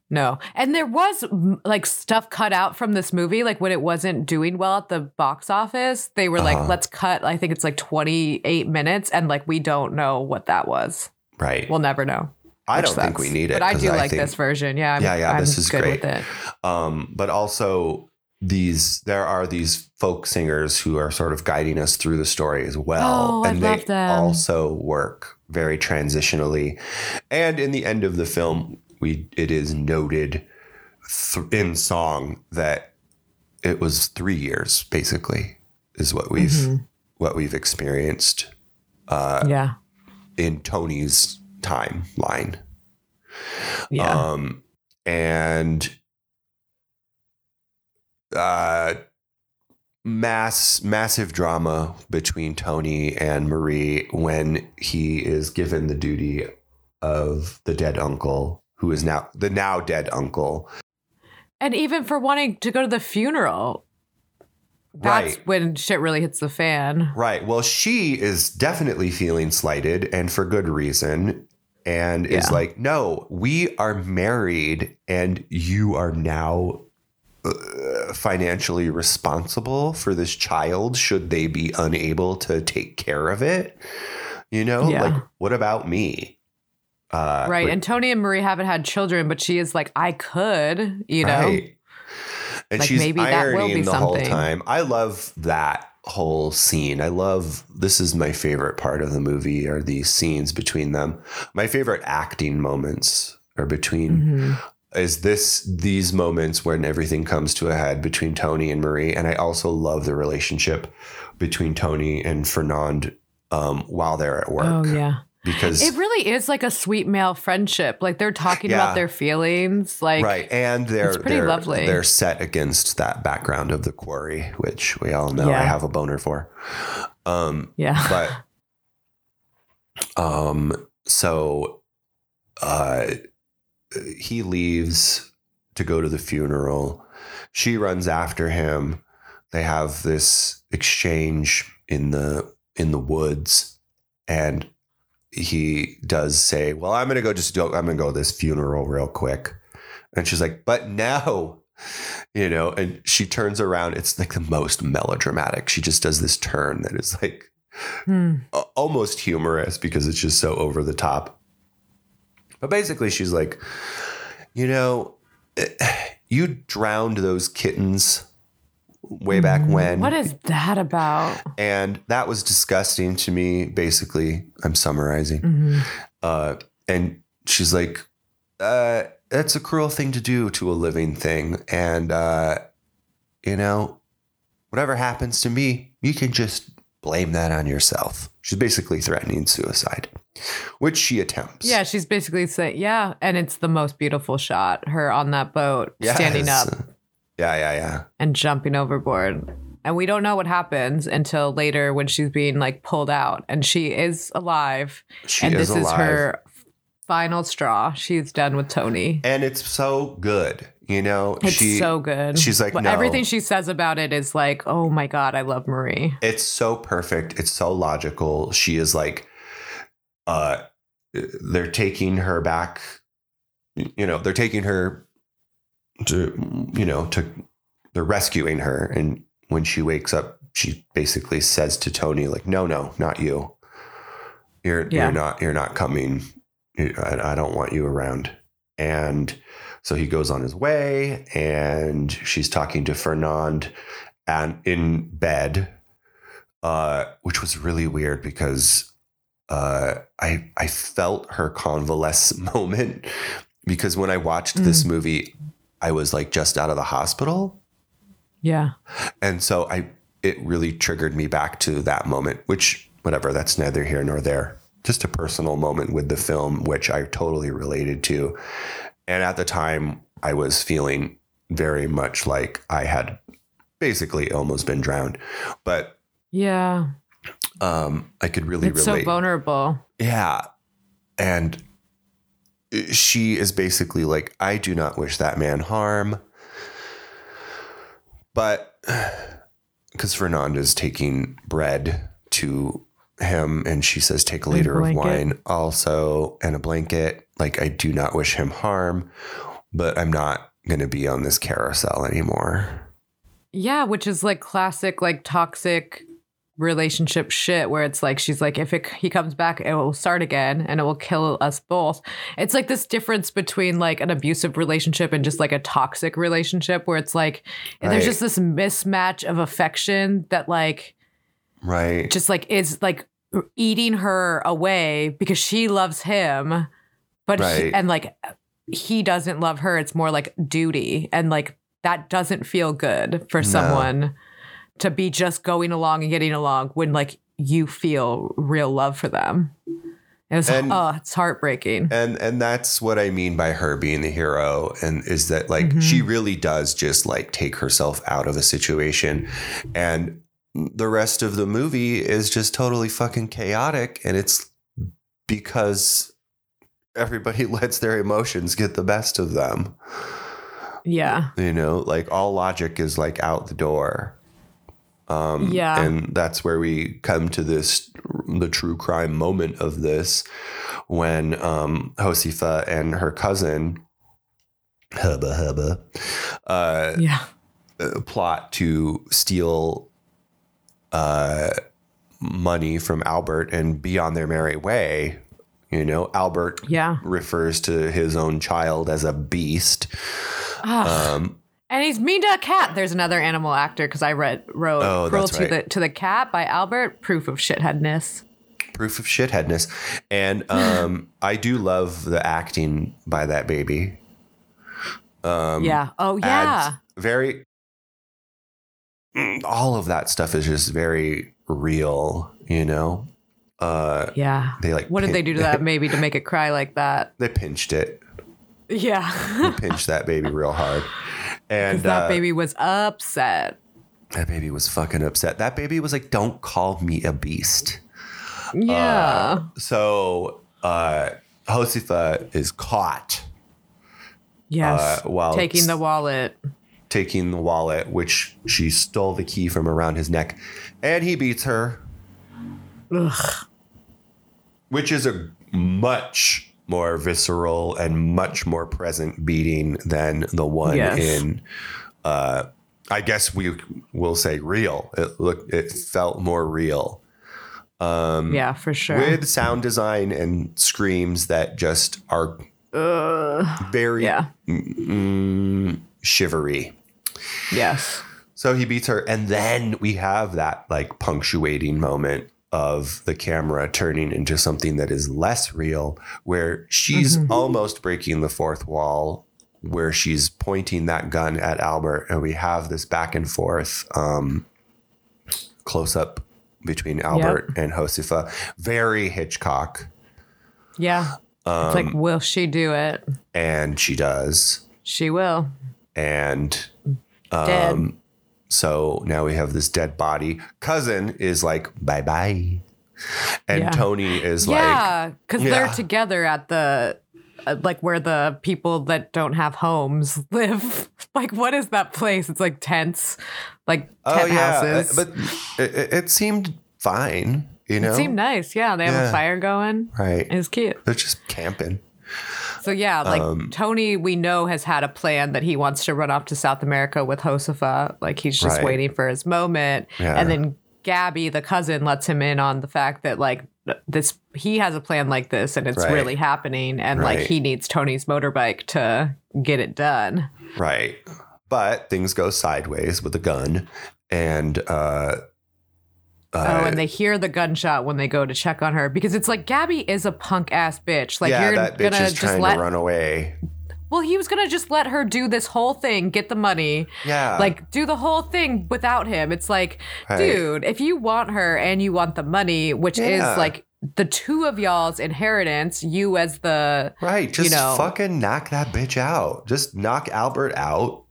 no. And there was mm, like stuff cut out from this movie. Like when it wasn't doing well at the box office, they were like, Uh-huh. let's cut, I think it's like 28 minutes. And like, we don't know what that was. Right. We'll never know. I which don't think sucks. we need it. But I 'cause do like think- this version. Yeah. I'm, Yeah, yeah, I'm this is good great. with it. um, but also these there are these folk singers who are sort of guiding us through the story as well Oh, I and they love them. also work very transitionally and in the end of the film we it is noted th- in song that it was 3 years basically is what we've Mm-hmm. what we've experienced Uh, yeah. in Tony's timeline Yeah. um, and uh, mass massive drama between Tony and Marie when he is given the duty of the dead uncle, who is now the now dead uncle. and even for wanting to go to the funeral, that's Right. when shit really hits the fan. Right. Well, she is definitely feeling slighted and for good reason. And is Yeah. like, no, we are married and you are now uh, financially responsible for this child should they be unable to take care of it. You know, Yeah. like, what about me? Uh, right. but- and Tony and Marie haven't had children, but she is like, I could, you know? Right. And Like, she's maybe that will ironing be the whole something. time. I love that whole scene. I love this is my favorite part of the movie are these scenes between them. My favorite acting moments are between Mhm. is this these moments when everything comes to a head between Tony and Marie. And I also love the relationship between Tony and Fernand um, while they're at work. Oh, yeah. Because It really is like a sweet male friendship. Like they're talking Yeah. about their feelings. Like, right, and they're it's pretty they're, lovely. They're set against that background of the quarry, which we all know I Yeah. have a boner for. Um, yeah. but Um, so uh, he leaves to go to the funeral. She runs after him. They have this exchange in the in the woods, and he does say, "Well, I'm gonna go just do, I'm gonna go to this funeral real quick," and she's like, "But now." You know, and she turns around. It's like the most melodramatic. She just does this turn that is like Hmm. a- almost humorous because it's just so over the top. But basically, she's like, you know, eh, you drowned those kittens way back when. Mm-hmm. What is that about? and that was disgusting to me, basically. I'm summarizing. Mm-hmm. Uh, and she's like, uh, that's a cruel thing to do to a living thing. And, uh, you know, whatever happens to me, you can just blame that on yourself. She's basically threatening suicide, which she attempts. Yeah, she's basically saying, yeah, and it's the most beautiful shot. Her on that boat, standing Yes. up Yeah, yeah, yeah. and jumping overboard. And we don't know what happens until later when she's being like pulled out and she is alive. She and is this alive. is her final straw. She's done with Tony. And it's so good, you know. It's she, so good. she's like, But "No." everything she says about it is like, oh my God, I love Marie. It's so perfect. It's so logical. She is like, uh, they're taking her back. You know, they're taking her to, you know, to, they're rescuing her. And when she wakes up, she basically says to Tony, like, no, no, not you. You're, Yeah. you're not, you're not coming. You- I, I don't want you around. And so he goes on his way and she's talking to Fernand and in bed, uh, which was really weird because uh, I I felt her convalesce moment because when I watched this movie, I was like just out of the hospital, Yeah. and so I it really triggered me back to that moment. Which whatever, that's neither here nor there. Just a personal moment with the film, which I totally related to, and at the time I was feeling very much like I had basically almost been drowned, but Yeah. um, I could really it's relate. so vulnerable. yeah. And she is basically like, I do not wish that man harm. But because Fernand is taking bread to him and she says, take a And a liter of blanket. wine also and a blanket. Like, I do not wish him harm, but I'm not going to be on this carousel anymore. Yeah, which is like classic, like toxic relationship shit where it's like she's like if it he comes back it will start again and it will kill us both it's like this difference between like an abusive relationship and just like a toxic relationship where it's like Right. there's just this mismatch of affection that like Right. just like is like eating her away because she loves him but Right. he, and like he doesn't love her it's more like duty and like that doesn't feel good for No. someone to be just going along and getting along when like you feel real love for them it was And- oh it's heartbreaking and and that's what i mean by her being the hero and is that like Mhm. she really does just like take herself out of a situation and the rest of the movie is just totally fucking chaotic and it's because everybody lets their emotions get the best of them yeah you know like all logic is like out the door um Yeah. and that's where we come to this the true crime moment of this when um hosifa and her cousin hubba hubba uh yeah plot to steal uh, money from Albert and be on their merry way. You know, Albert yeah refers to his own child as a beast. Ugh. Um, And he's mean to a cat. There's another animal actor because I read wrote Oh, "Cruel that's to right. the to the Cat" by Albert. Proof of shitheadness. proof of shitheadness. And um, I do love the acting by that baby. Um, yeah. Oh yeah. adds very Mm, all of that stuff is just very real, you know. Uh yeah. they like What did they do to that maybe to make it cry like that? They pinched it. Yeah. pinch that baby real hard. And that uh, baby was upset. that baby was fucking upset. That baby was like, "Don't call me a beast." Uh, Yeah. So uh, Josefa is caught yes. uh, while Taking it's- the wallet. taking the wallet, which she stole the key from around his neck, and he beats her, Ugh. which is a much more visceral and much more present beating than the one Yes. in. Uh, I guess we will say real. It looked, it felt more real. yeah, for sure. um, with sound design and screams that just are very yeah. mm, shivery. Yes. So he beats her, and then we have that like punctuating moment of the camera turning into something that is less real, where she's almost breaking the fourth wall, where she's pointing that gun at Albert, and we have this back and forth um, close up between Albert and Josefa, very Hitchcock, Yeah. it's Um, like, will she do it? and she does, She will. and Dead. um, So now we have this dead body. Cousin is like, bye bye. And Yeah. Tony is like, yeah, because Yeah. they're together at the uh, like where the people that don't have homes live. like, what is that place? It's like tents, like oh, tent yeah. houses. But it, it- it seemed fine, you know? it seemed nice. Yeah, they have Yeah. a fire going. right. It's cute. They're just camping. So yeah, like Um, Tony, we know has had a plan that he wants to run off to South America with Josefa. Like he's just Right. waiting for his moment, Yeah. and then Gabby, the cousin, lets him in on the fact that like th- this he has a plan like this, and it's Right. really happening, and like Right. he needs Tony's motorbike to get it done. Right. But things go sideways with a gun. And, uh, oh, and they hear the gunshot when they go to check on her because it's like Gabby is a punk ass bitch. Like yeah, you're that bitch gonna is just trying let to run away. well, he was gonna just let her do this whole thing, get the money. Yeah. like do the whole thing without him it's like Right. dude if you want her and you want the money which Yeah. is like the two of y'all's inheritance you as the right. Just know- fucking knock that bitch out. Just knock Albert out.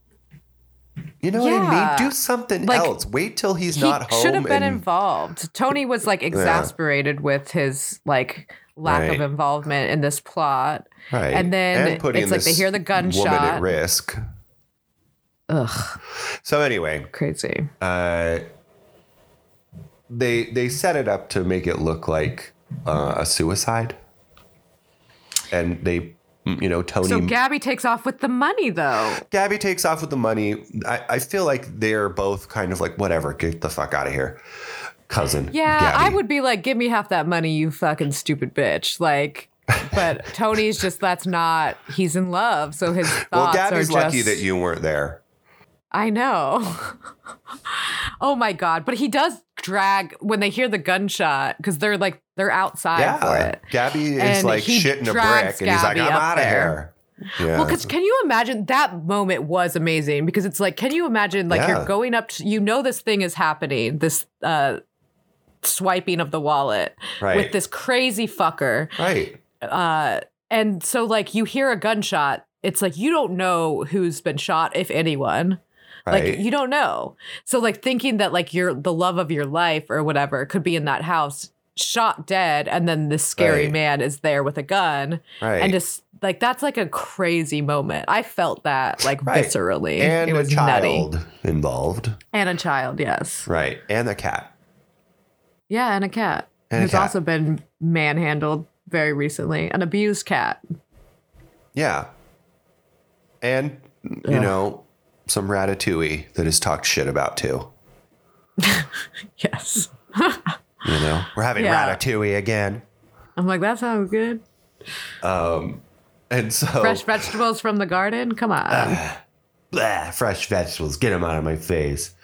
You know what Yeah. I mean? Do something Like, else. Wait till he's he not home. should have been and- involved tony was like exasperated with his like lack Right. of involvement in this plot Right. And then it's like they this hear the Woman at gunshot. risk. ugh So anyway, crazy uh, they they set it up to make it look like uh, a suicide, and they, you know, Tony. so gabby takes off with the money though Gabby takes off with the money. I, I feel like they're both kind of like, whatever, get the fuck out of here, cousin. Yeah, Gabby. I would be like, give me half that money, you fucking stupid bitch. Like, but Tony's just that's not. He's in love, so his thoughts Well, are Gabby's just. lucky that you weren't there. I know. oh my god! But he does drag when they hear the gunshot because they're like they're outside for Yeah, it. Gabby is And like he shitting a brick, drags and he's like, Gabby I'm up out of here. there. Yeah. Well, because can you imagine that moment was amazing because it's like, can you imagine like Yeah. you're going up, to, you know, this thing is happening, this uh, swiping of the wallet Right. with this crazy fucker, right. uh, and so like you hear a gunshot, it's like you don't know who's been shot, if anyone. Right. Like you don't know. So like thinking that like your the love of your life or whatever could be in that house, shot dead, and then this scary Right. man is there with a gun right. and just like that's like a crazy moment. I felt that like Right. viscerally. and it was a nutty. child involved, And a child, yes. right? And a cat. Yeah, and a cat And a who's cat. also been manhandled very recently. An abused cat. Yeah, and you know some ratatouille that is talked shit about too. Yes. You know, we're having Yeah. ratatouille again, I'm like, that sounds good. and so Fresh vegetables from the garden? Come on. Blah, fresh vegetables. Get them out of my face.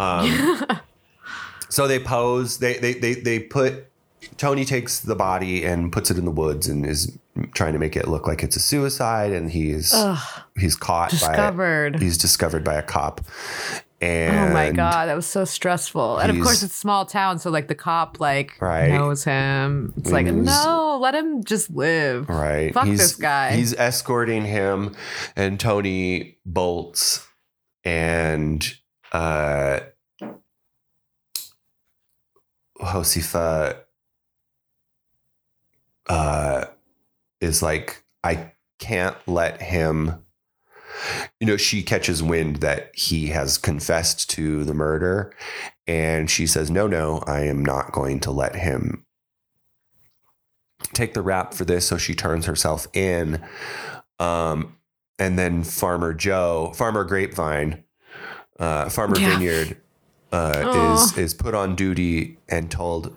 Um, so they pose. They they they they put. Tony takes the body and puts it in the woods and is trying to make it look like it's a suicide. And he's he's caught By, Discovered. he's discovered by a cop. oh And my god, that was so stressful. And of he's- course it's small town, so like the cop like Right. knows him. It's like, He's- no, let him just live. Right. Fuck he's, this guy. He's escorting him, and Tony bolts, and uh, Josefa uh, is like, I can't let him. You know, she catches wind that he has confessed to the murder, and she says, No, no, I am not going to let him take the rap for this. So she turns herself in. Um, and then Farmer Joe, Farmer Grapevine, uh, Farmer Yeah. Vineyard uh, Aw. is is put on duty and told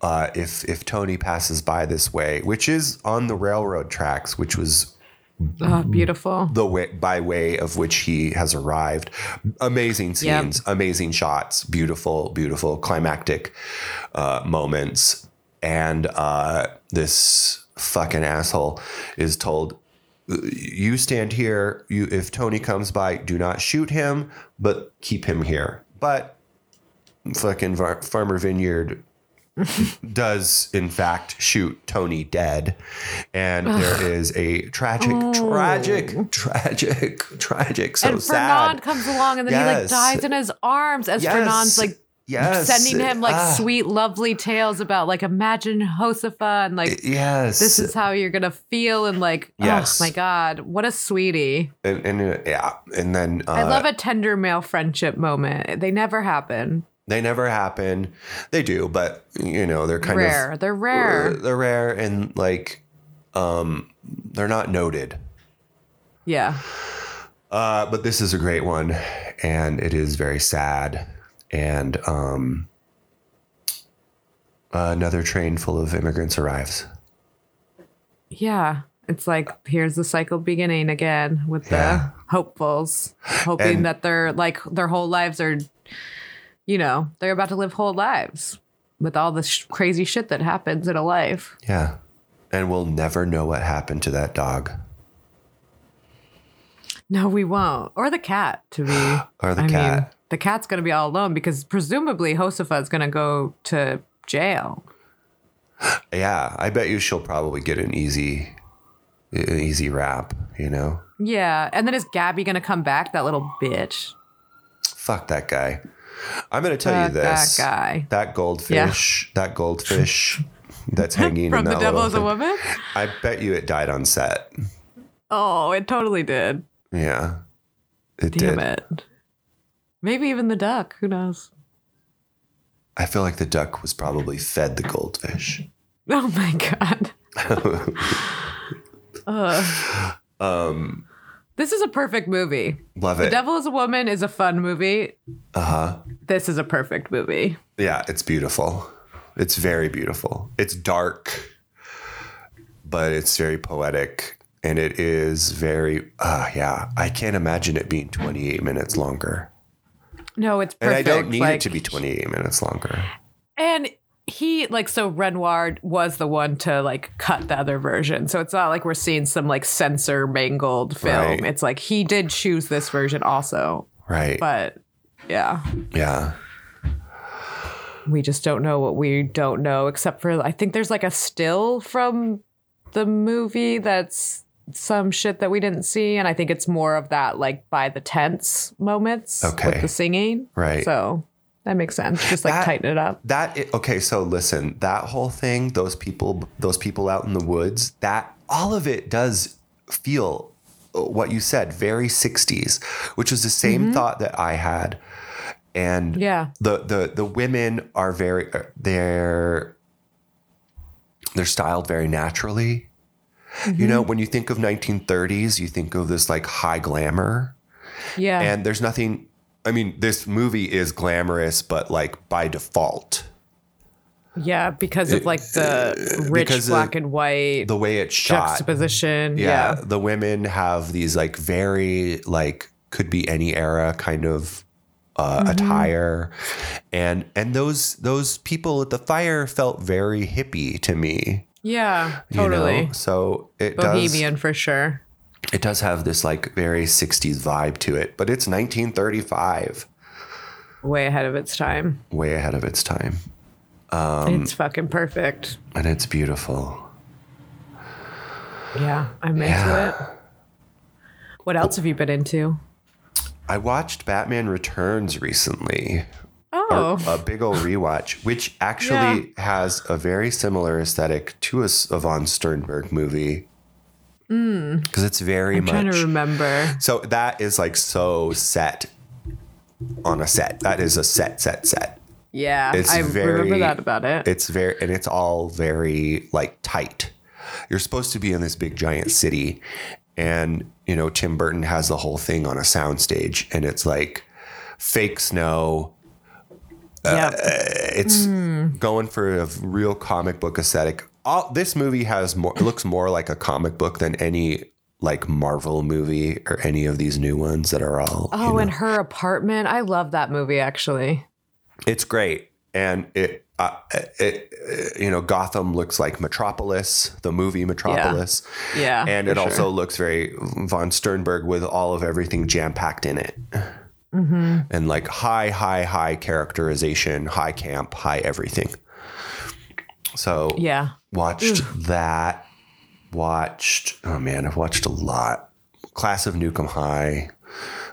uh, if if Tony passes by this way, which is on the railroad tracks, which was Oh, beautiful. the way by way of which he has arrived. Amazing Yep. scenes, amazing shots, beautiful, beautiful climactic uh, moments, and uh, this fucking asshole is told. You stand here. You, if Tony comes by, do not shoot him, but keep him here. But fucking Var- Farmer Vineyard does in fact shoot Tony dead, and there is a tragic, tragic, tragic, tragic, so Oh. and sad. Fernand comes along and then Yes. he like dies in his arms as Yes. Fernand's like yes. sending him like Ah, sweet, lovely tales about like imagine Josefa and like Yes, this is how you're gonna feel and like Yes. oh my god, what a sweetie. and, and uh, yeah, and then uh, I love a tender male friendship moment. They never happen. they never happen. They do, but you know they're kind Rare. of They're rare. They're rare and like um, they're not noted. yeah. Uh, but this is a great one, and it is very sad. And um, another train full of immigrants arrives. Yeah. It's like here's the cycle beginning again with Yeah. the hopefuls, hoping And- that they're like their whole lives are, you know, they're about to live whole lives with all the sh- crazy shit that happens in a life. Yeah, and we'll never know what happened to that dog No, we won't. Or the cat, to be. or the I cat. mean, the cat's going to be all alone because presumably Josefa is going to go to jail. yeah, I bet you she'll probably get an easy, an easy rap. You know, Yeah. And then is Gabby going to come back, that little bitch? fuck that guy. I'm gonna tell Fuck you this. that guy. That goldfish. That goldfish. That's hanging From in The that Devil little is a thing. Woman? I bet you it died on set. Oh, it totally did. Yeah. It Damn did. it. Maybe even the duck. Who knows? I feel like the duck was probably fed the goldfish. Oh my god. Ugh. Um, Eh. this is a perfect movie. love The it. Devil is a Woman is a fun movie. Uh huh. This is a perfect movie. Yeah, it's beautiful. It's very beautiful. It's dark, but it's very poetic. And it is very, uh, yeah, I can't imagine it being 28 minutes longer. No, it's And perfect. I don't need like, it to be 28 minutes longer. And he like so Renoir was the one to like cut the other version. So it's not like we're seeing some like censor mangled film. Right. It's like he did choose this version also. Right. But yeah. yeah. we just don't know what we don't know except for i think there's like a still from the movie that's some shit that we didn't see and i think it's more of that like by the tense moments Okay. with the singing Right. so that makes sense just like That- tighten it up That i- okay, so listen, that whole thing, those people, those people out in the woods, that all of it does feel uh, what you said, very 60s, which was the same thought that I had. And yeah the the the women are very uh, they're they're styled very naturally. You know, when you think of 1930s, you think of this like high glamour. yeah And there's nothing, I mean, this movie is glamorous, but like by default, yeah because of like the rich because of black and white the way it's shot. juxtaposition Yeah, yeah. The women have these like very, like, could be any era kind of. Uh, Mm-hmm. attire and and those those people at the fire felt very hippie to me yeah you know? totally so it bohemian for sure does it does have this like very 60s vibe to it but it's 1935 way ahead of its time way ahead of its time Um, it's fucking perfect and it's beautiful Yeah, I'm into Yeah. it. What else have you been into? I watched Batman Returns recently. Oh. a, a big old rewatch, which actually has a very similar aesthetic to a, S- a von Sternberg movie. Because it's very Mm. I'm trying much to remember. so that is like so set on a set. That is a set, set, set. Yeah. It's I remember very- that about it. It's very and it's all very like tight. You're supposed to be in this big giant city, and you know Tim Burton has the whole thing on a soundstage, and it's like fake snow, yeah. uh, it's Hmm. going for a real comic book aesthetic. All, this movie has more looks more like a comic book than any like Marvel movie or any of these new ones that are all. you Oh, know. and her apartment. I love that movie actually. it's great, and it, uh, it, uh, you know, Gotham looks like Metropolis, the movie Metropolis, Yeah. Oh, and it also looks very von Sternberg with all of everything jam packed in it. Mm-hmm. And like high, high, high characterization, high camp, high everything. So Yeah. watched Mm. that watched oh man i've watched a lot class of nukem high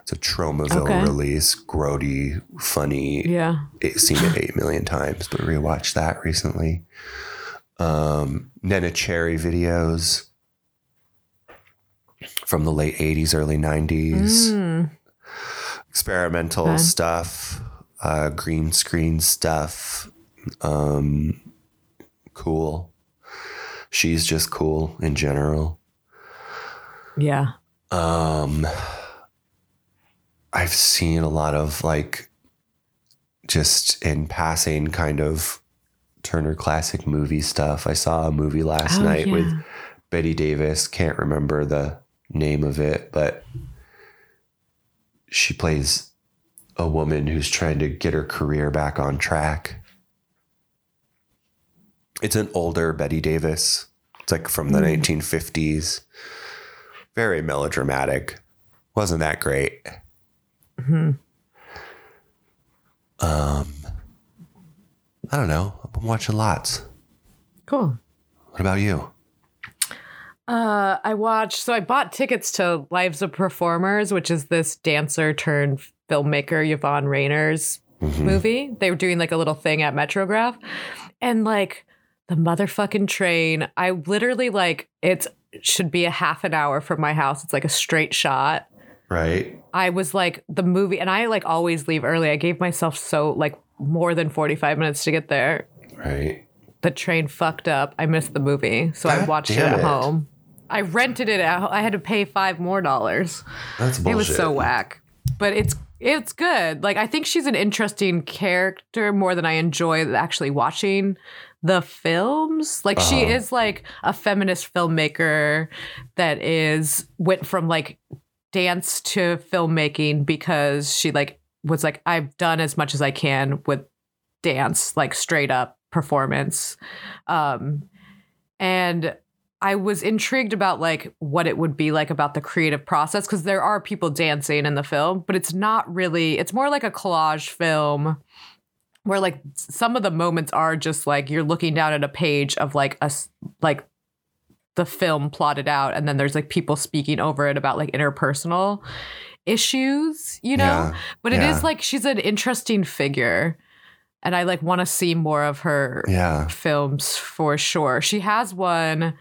it's a tromaville Okay. release grody funny Yeah. it, seen it 8 million times but rewatched that recently um nena cherry videos from the late 80s early 90s Mm. experimental Okay. stuff, uh, green screen stuff. Um, cool. She's just cool in general. Yeah. Um, I've seen a lot of like just in passing kind of Turner classic movie stuff. I saw a movie last Oh, night with yeah. Betty Davis. Can't remember the name of it, but she plays a woman who's trying to get her career back on track. It's an older Betty Davis. It's like from the Hmm. 1950s. Very melodramatic. Wasn't that great? Um, I don't know. I've been watching lots. Cool. What about you? Uh, I watched. So I bought tickets to Lives of Performers, which is this dancer turned filmmaker Yvonne Rayner's movie. They were doing like a little thing at Metrograph, and like the motherfucking train. I literally like it's should be a half an hour from my house. It's like a straight shot. Right? I was like the movie, and I like always leave early. I gave myself so like more than forty five minutes to get there. Right. the train fucked up. I missed the movie, so I God watched it damn at it. home. I rented it at home. I had to pay five more dollars. That's bullshit. It was so whack, but it's it's good. Like I think she's an interesting character more than I enjoy actually watching the films. Like she Uh-huh. is like a feminist filmmaker that is went from like dance to filmmaking because she like was like I've done as much as I can with dance, like straight up performance. Um, and I was intrigued about like what it would be like about the creative process because there are people dancing in the film, but it's not really. It's more like a collage film where like some of the moments are just like you're looking down at a page of like a s- like the film plotted out and then there's like people speaking over it about like interpersonal issues you know Yeah. but it is Yeah. like she's an interesting figure and i like want to see more of her Yeah. films for sure she has one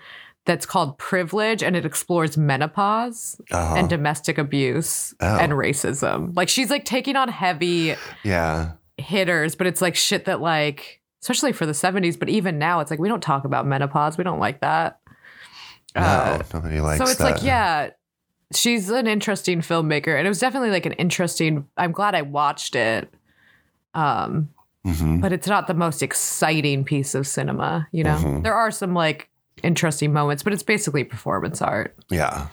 that's called privilege and it explores menopause Uh-huh. and domestic abuse Oh. and racism like she's like taking on heavy yeah. hitters but it's like shit that like especially for the 70s but even now it's like we don't talk about menopause we don't like that No, Uh, nobody likes so it's that. like yeah she's an interesting filmmaker and it was definitely like an interesting i'm glad i watched it um Mhm. but it's not the most exciting piece of cinema you know Mhm. there are some like interesting moments but it's basically performance art Yeah.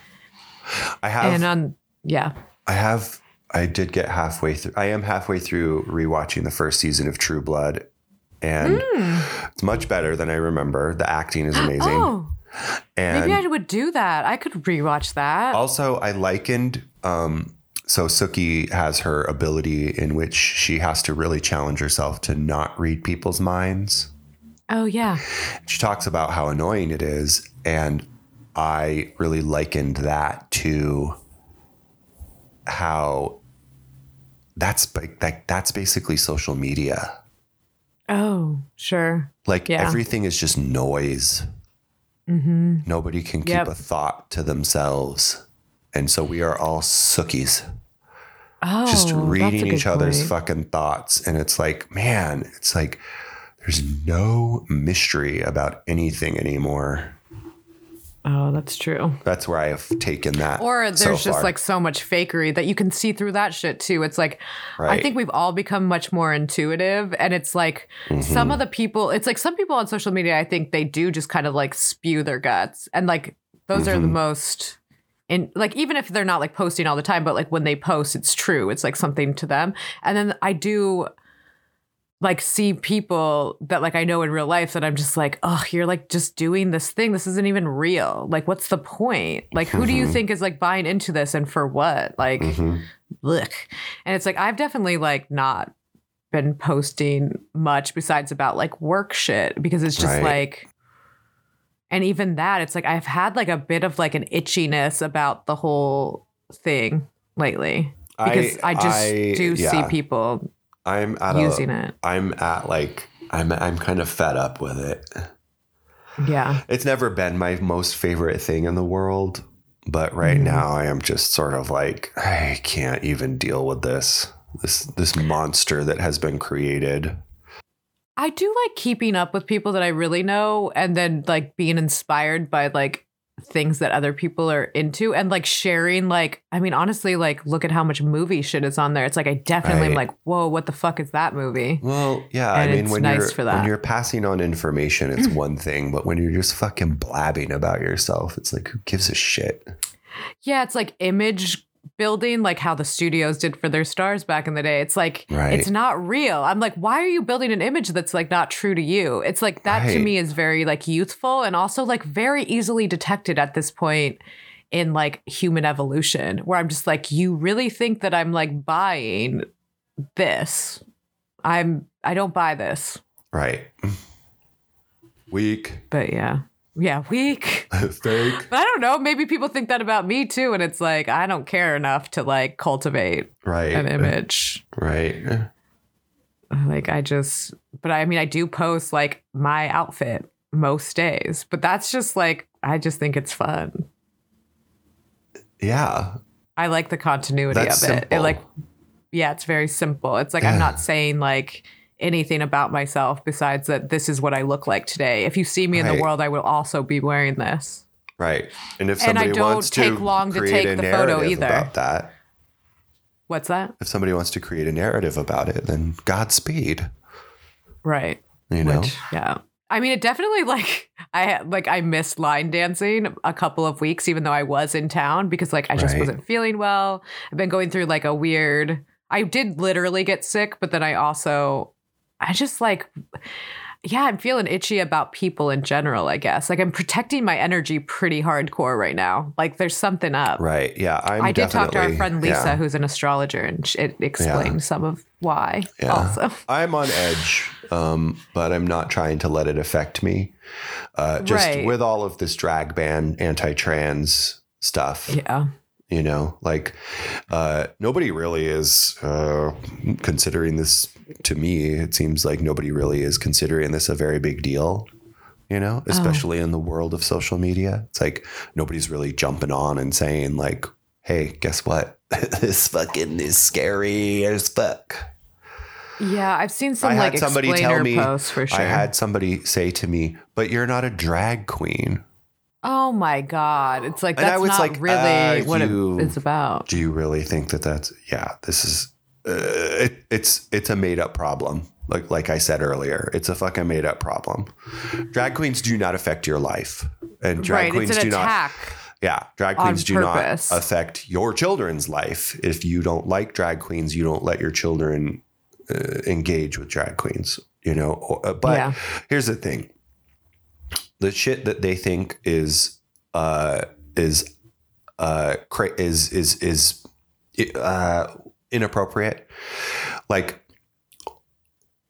I have. and uh, on yeah I have. I did get halfway through. I am halfway through rewatching the first season of True Blood, and it's much better than I remember. The acting is amazing, Hmm. oh and Oh. maybe i would do that i could rewatch that also I likened. Um, so Suki has her ability in which she has to really challenge herself to not read people's minds. oh yeah she talks about how annoying it is and i really likened that to how that's like that, that's basically social media. Oh, sure. Like Yeah. everything is just noise. Mm-hmm. Nobody can keep Yep. a thought to themselves. And so we are all sookies, Oh, just that's a reading good each other's point. fucking thoughts. And it's like, man, it's like there's no mystery about anything anymore. Oh, that's true. That's where I have taken that. Or there's so just far. like so much fakery that you can see through that shit too. It's like I Right. think we've all become much more intuitive and it's like some of the people it's like some people on social media I think they do just kind of like spew their guts and like those are the most in like even if they're not like posting all the time but like when they post it's true. It's like something to them. And then I do like see people that like I know in real life that I'm just like, oh, you're like just doing this thing. This isn't even real. Like, what's the point? Like, who do you think is like buying into this and for what? Like, Mhm. look. And it's like I've definitely like not been posting much besides about like work shit because it's just Right. like and even that it's like I've had like a bit of like an itchiness about the whole thing lately because I, just do see yeah. people I'm at a, using it. I'm at like I'm I'm kind of fed up with it. Yeah. It's never been my most favorite thing in the world, but right Mhm. now I am just sort of like I can't even deal with this this this monster that has been created. I do like keeping up with people that I really know and then like being inspired by like things that other people are into and like sharing like I mean honestly like look at how much movie shit is on there. It's like I definitely am Right. like, whoa, what the fuck is that movie? Well, yeah, And I mean it's when nice you're for when that. you're passing on information, it's one thing, but when you're just fucking blabbing about yourself, it's like who gives a shit? Yeah, it's like image building, like how the studios did for their stars back in the day. It's like Right. it's not real. I'm like, why are you building an image that's like not true to you? It's like that to Right. me is very like youthful and also like very easily detected at this point in like human evolution, where I'm just like, you really think that I'm like buying this? I'm I don't buy this. Right. Weak, But yeah. Yeah, weak. fake. I don't know. Maybe people think that about me too, and it's like I don't care enough to like cultivate Right. an image. Right. Like I just, but I mean, I do post like my outfit most days, but that's just like I just think it's fun. Yeah. I like the continuity That's of it. simple. It like, yeah, it's very simple. It's like I'm Yeah. not saying like anything about myself besides that this is what I look like today. If you see me in Right. the world, I will also be wearing this. Right. And if And I somebody don't wants take to long to create take a the photo narrative either. about that, What's that? if somebody wants to create a narrative about it, then Godspeed. Right. You know? Which, yeah. I mean, it definitely like I like I missed line dancing a couple of weeks, even though I was in town because like I just Right. wasn't feeling well. I've been going through like a weird. I did literally get sick, but then I also, I just like, yeah, I'm feeling itchy about people in general. I guess like I'm protecting my energy pretty hardcore right now. Like there's something up. right. Yeah. I'm I did talk to our definitely- friend Lisa, yeah. who's an astrologer, and sh- it explained some of why. Yeah. Also, I'm on edge, um, but I'm not trying to let it affect me. Uh, just Right. with all of this drag ban, anti trans stuff, yeah. you know, like uh, nobody really is uh, considering this, to me, it seems like nobody really is considering this a very big deal. you know, Oh. especially in the world of social media. It's like nobody's really jumping on and saying like, "Hey, guess what? this fucking is scary as fuck." Yeah, I've seen some I had like somebody tell explainer me- posts for sure. I had somebody say to me, "But you're not a drag queen. oh my god, it's like And I that's was not like, really uh, what you- it, it's about. Do you really think that that's yeah? This is uh, it, it's it's a made up problem." Like, like I said earlier, it's a fucking made up problem. Drag queens do not affect your life, and drag right, queens it's an do not attack. Yeah, drag on queens do not purpose. affect your children's life. If you don't like drag queens, you don't let your children uh, engage with drag queens, you know. Or- uh, But Yeah. here's the thing. The shit that they think is uh is uh cra- is is is uh inappropriate. Like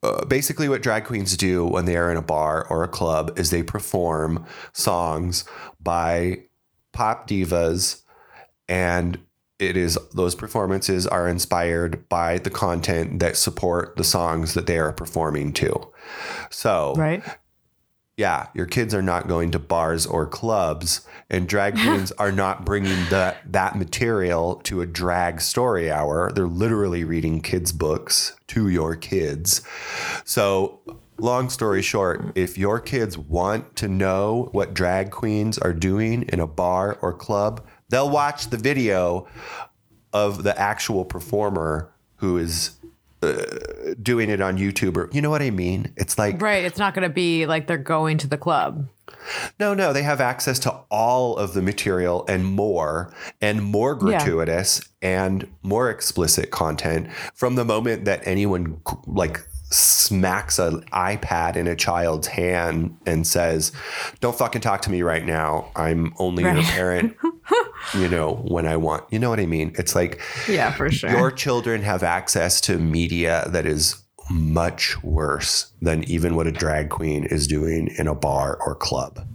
uh, basically what drag queens do when they are in a bar or a club is they perform songs by pop divas and it is those performances are inspired by the content that support the songs that they are performing to. So, right? yeah, your kids are not going to bars or clubs, and drag queens are not bringing that that material to a drag story hour. They're literally reading kids' books to your kids. So, long story short, if your kids want to know what drag queens are doing in a bar or club, they'll watch the video of the actual performer who is uh, doing it on YouTube or you know what I mean? It's like Right. It's not going to be like they're going to the club. no, no, they have access to all of the material and more and more Yeah. gratuitous and more explicit content from the moment that anyone like smacks an iPad in a child's hand and says, "Don't fucking talk to me right now. I'm only your Right. parent." you know, when I want. You know what I mean? It's like Yeah, for sure. your children have access to media that is much worse than even what a drag queen is doing in a bar or club.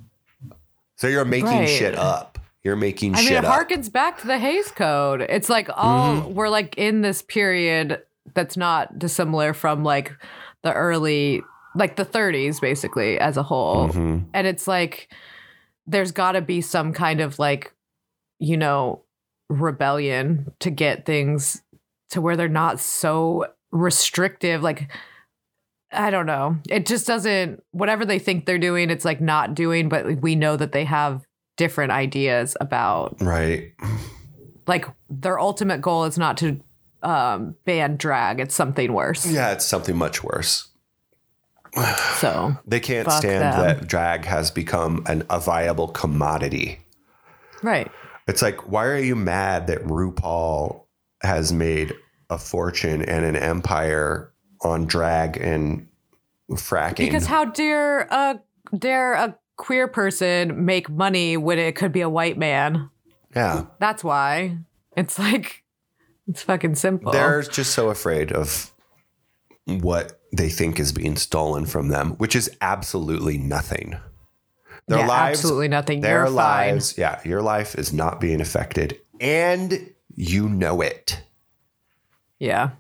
So you're making Right. shit up. You're making I mean, shit it up. Mm-hmm. harkens back to the Hayes Code. It's like all we're like in this period that's not dissimilar from like the early, like the 30s, basically as a whole. Mhm. And it's like there's got to be some kind of like, you know, rebellion to get things to where they're not so restrictive. Like, I don't know. It just doesn't, whatever they think they're doing, it's like not doing, but we know that they have different ideas about Right. like their ultimate goal is not to um ban drag it's something worse Yeah, it's something much worse. so They can't Fuck stand them. that drag has become an a viable commodity. right It's like, why are you mad that RuPaul has made a fortune and an empire on drag and fracking? because how dare a dare a queer person make money when it could be a white man yeah. that's why it's like it's fucking simple They're just so afraid of what they think is being stolen from them, which is absolutely nothing. Their Yeah, lives, absolutely nothing their You're fine. lives, yeah, your life is not being affected, and you know it. yeah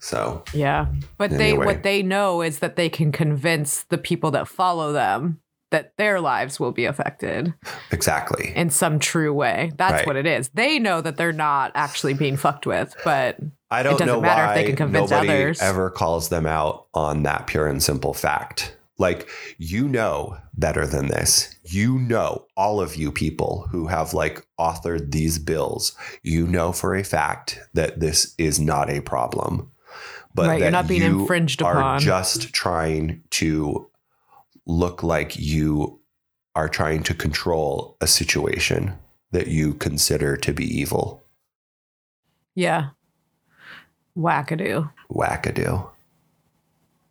So, Yeah. But they Anyway. what they know is that they can convince the people that follow them that their lives will be affected exactly. in some true way. That's Right. what it is. They know that they're not actually being fucked with, but I don't doesn't know matter why if they can convince nobody others. ever calls them out on that pure and simple fact. Like you know better than this. You know all of you people who have like authored these bills. You know for a fact that this is not a problem, but Right, you're that not being you infringed are upon. Just trying to look like you are trying to control a situation that you consider to be evil. yeah. Wackadoo. Wackadoo.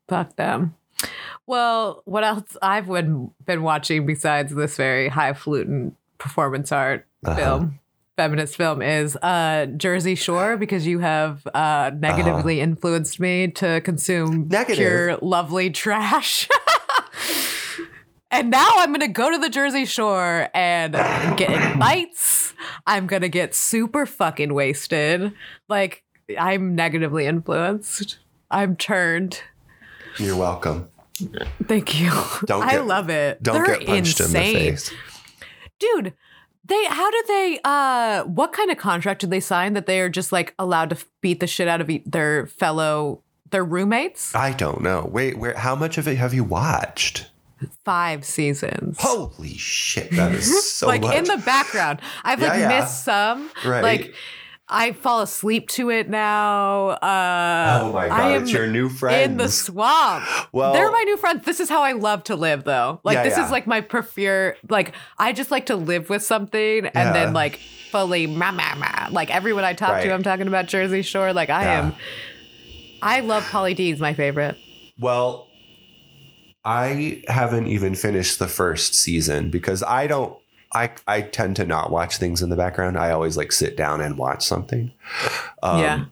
Fuck them. Well, what else I've been been watching besides this very highfalutin performance art Uh-huh. film, feminist film, is uh, Jersey Shore because you have uh, negatively influenced me to consume Uh-huh. Negative. pure, lovely trash. and now I'm going to go to the Jersey Shore and get in bites. I'm going to get super fucking wasted. Like, I'm negatively influenced. I'm turned. You're welcome. Thank you. Don't I get- love it. Don't They're get punched insane in the face. dude they how did they uh what kind of contract did they sign that they are just like allowed to f- beat the shit out of e- their fellow their roommates I don't know. Wait, where? How much of it have you watched? five seasons Holy shit, that is so like much. in the background i've Yeah, like yeah. missed some Right. like i fall asleep to it now uh oh my god, I am it's your new friends. in the swamp Well- they're my new friends this is how i love to live though like Yeah, this yeah. is like my prefer like i just like to live with something and Yeah. then like fully ma ma ma like everyone i talk Right. to i'm talking about jersey shore like i Yeah. am i love polly d's my favorite well, I haven't even finished the first season because I don't. I I tend to not watch things in the background. I always like sit down and watch something. Um, uh, yeah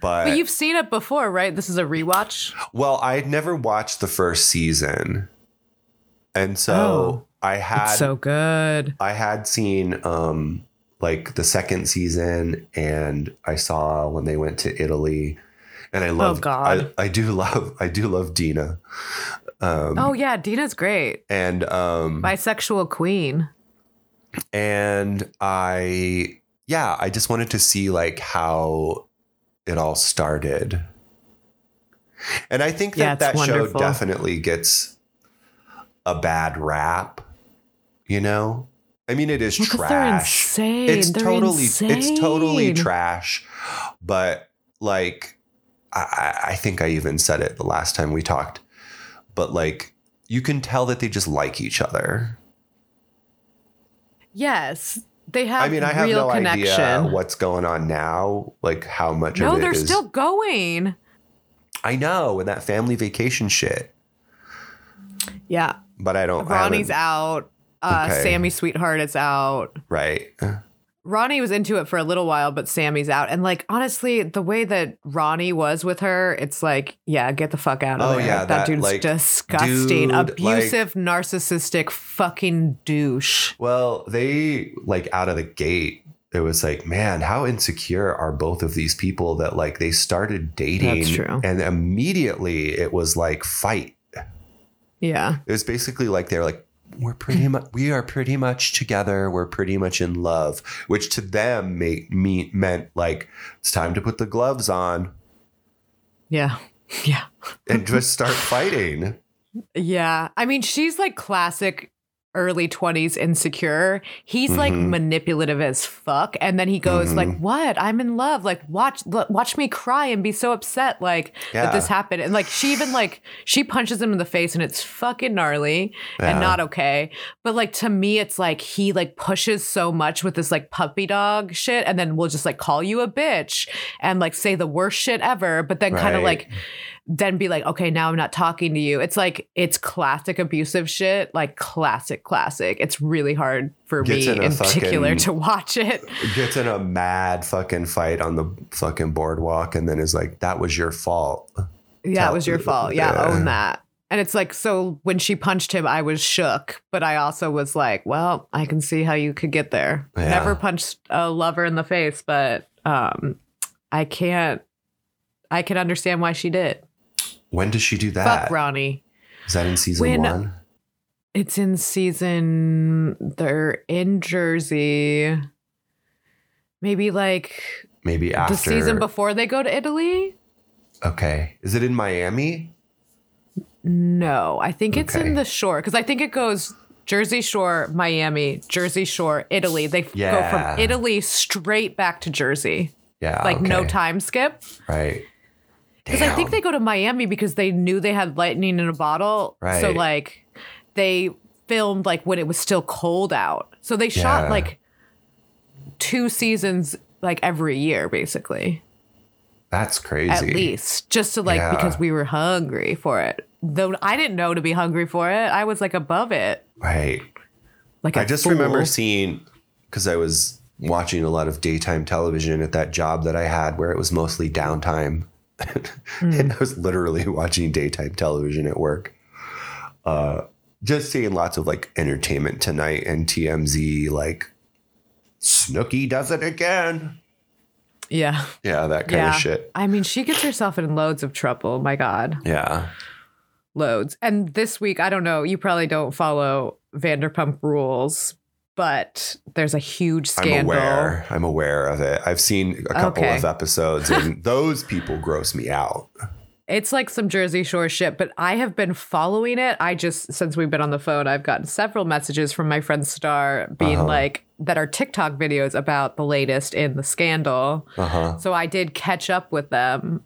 but, but you've seen it before right this is a rewatch well, I had never watched the first season, and so I had Oh, so good I had seen um like the second season and I saw when they went to Italy and I love Oh, God. I, I do love I do love Dina. Um Oh yeah, Dina's great. and um Bisexual queen. and I yeah, I just wanted to see like how it all started. And I think that Yeah, it's that show wonderful. definitely gets a bad rap, you know? I mean it is Well, 'cause They're trash. insane. It's They're totally insane. it's totally trash, but like I, I- I think I even said it the last time we talked, but like you can tell that they just like each other. Yes, they have. I mean, I have real no connection. idea what's going on now, like how much no, of it they're is- still going. I know, and that family vacation shit. Yeah, But I don't. I Ronnie's haven't- out. Uh, Okay. Sammy Sweetheart is out. right. Ronnie was into it for a little while, but Sammy's out. And like honestly, the way that Ronnie was with her, it's like, yeah, get the fuck out of Oh, there. yeah, that, that, dude's like, disgusting, dude, abusive, narcissistic, fucking douche. Well, they like out of the gate. It was like, man, how insecure are both of these people that like they started dating, That's true. and immediately it was like fight. Yeah, It was basically like they're like, we're pretty much, we are pretty much together. We're pretty much in love, which to them may, me, meant like it's time to put the gloves on. yeah, yeah, and just start fighting. yeah. I mean, she's like classic early 20s insecure. He's like Mhm. manipulative as fuck and then he goes Mhm. like, "What? I'm in love. Like watch l- watch me cry and be so upset like Yeah. that this happened. And like she even like she punches him in the face and it's fucking gnarly Yeah. and not okay. But like to me it's like he like pushes so much with this like puppy dog shit and then we'll just like call you a bitch and like say the worst shit ever, but then kind of Right. like then be like, okay, now I'm not talking to you. It's like it's classic abusive shit, like classic, classic. It's really hard for Gets me in a in particular fucking- to watch it. Gets in a mad fucking fight on the fucking boardwalk and then is like, that was your fault. Yeah, Tell- it was your fault. Yeah, Yeah. own that. And it's like, so when she punched him, I was shook, but I also was like, well, I can see how you could get there. Yeah. Never punched a lover in the face, but um, I can't, I can understand why she did. When does she do that? Fuck Ronnie. Is that in season When- one? It's in season, they're in Jersey. Maybe like Maybe after. the season before they go to Italy? Okay. Is it in Miami? No, I think it's Okay. in the shore because I think it goes Jersey Shore, Miami, Jersey Shore, Italy. They f- go Yeah. from Italy straight back to Jersey, Yeah. like no okay. time skip. Right. Because I think Damn. they go to Miami because they knew they had lightning in a bottle. So Right. like they filmed like when it was still cold out. So they Yeah. shot like two seasons like every year basically That's crazy. at least just to like Yeah. because we were hungry for it though i didn't know to be hungry for it i was like above it Right. like I a just fool. remember seeing because I was watching a lot of daytime television at that job that I had where it was mostly downtime. Hmm. and I was literally watching daytime television at work. Uh, just seeing lots of like entertainment tonight and TMZ, like Snooky does it again. yeah Yeah, that kind yeah of shit. i mean she gets herself in loads of trouble my god Yeah. loads and this week i don't know you probably don't follow vanderpump rules but there's a huge scandal I'm aware. I'm aware of it. I've seen a couple Okay. of episodes and those people gross me out. It's like some Jersey Shore shit, but I have been following it. I just, since we've been on the phone, I've gotten several messages from my friend Star being Uh-huh. like, that are TikTok videos about the latest in the scandal. Uh huh. So I did catch up with them.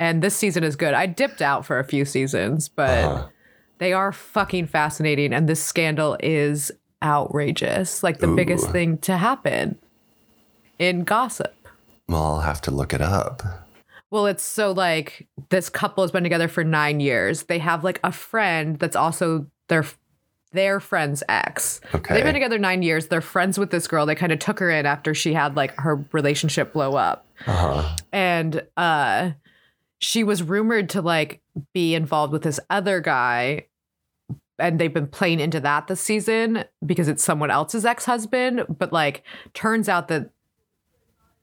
And this season is good. I dipped out for a few seasons, but Uh-huh. they are fucking fascinating. And this scandal is outrageous like the Ooh. biggest thing to happen in gossip. Well, I'll have to look it up. Well, it's so like this couple has been together for nine years. They have like a friend that's also their their friend's ex. Okay. They've been together nine years. They're friends with this girl. They kind of took her in after she had like her relationship blow up, Uh-huh. and uh, she was rumored to like be involved with this other guy. and they've been playing into that this season because it's someone else's ex-husband but like turns out that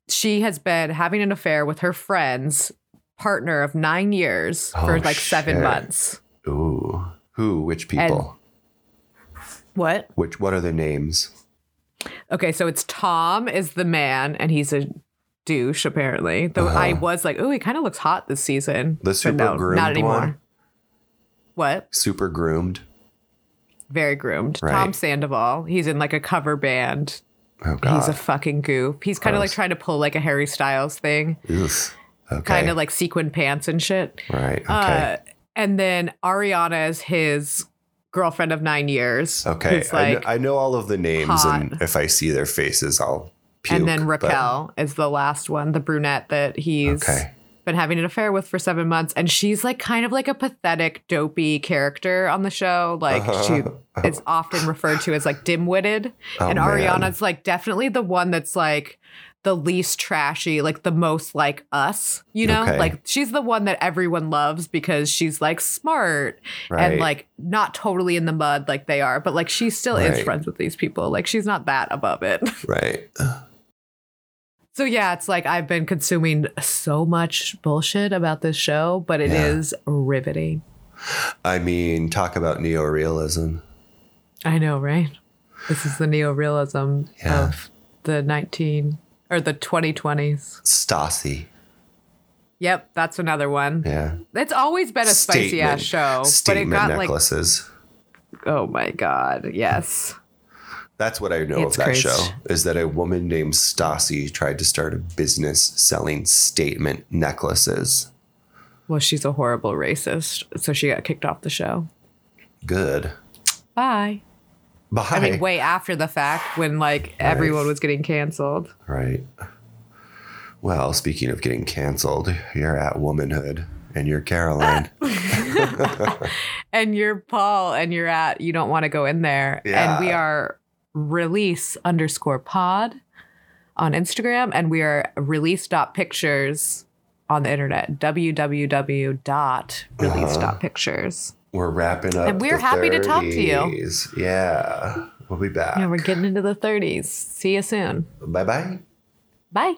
she has been having an affair with her friend's partner of nine years for Oh, like seven shit. months Ooh. Who? Which people? what Which? What are their names? okay so it's tom is the man and he's a douche apparently though i Uh-huh. was like oh he kind of looks hot this season The But super no, groomed not anymore one? what Super groomed. very groomed tom Right. sandoval he's in like a cover band Oh God. He's a fucking goof. He's kind of like Gross. trying to pull like a Harry Styles thing, Oof. Okay. kind of like sequin pants and shit. Right. Okay. Uh, and then Ariana is his girlfriend of nine years. okay. who's, I, kn- uh, like, I know all of the names, hot. and if I see their faces, I'll. Puke, and then but- Raquel is the last one, the brunette that he's Okay. been having an affair with for seven months. And she's like kind of like a pathetic, dopey character on the show. Like she is often referred to as like dim witted. Oh, and man. Ariana's like definitely the one that's like the least trashy, like the most like us, you know? Okay. Like she's the one that everyone loves because she's like smart Right. and like not totally in the mud like they are, but like she still is Right. friends with these people. Like she's not that above it. Right. So yeah, it's like I've been consuming so much bullshit about this show, but it is Yeah. riveting. I mean, talk about neorealism. I know, right? This is the neorealism Yeah. of the 19 or the 2020s. Stasi. Yep, that's another one. Yeah. It's always been a spicy ass show, Statement but it got necklaces. like oh my god, yes. That's what I know It's of that crazy. show is that a woman named Stasi tried to start a business selling statement necklaces. Well, she's a horrible racist, so she got kicked off the show. Good. Bye. Bye. I mean, way after the fact when like everyone was getting canceled. Right. Well, speaking of getting canceled, you're at womanhood and you're Caroline. and you're Paul and you're at you don't want to go in there. Yeah. And we are release underscore pod on Instagram and we are release dot pictures on the internet. www dot release dot pictures. we're wrapping up. And we're the happy to talk to you. 30s. Yeah. We'll be back. Yeah, we're getting into the 30s. See you soon. Bye bye. Bye.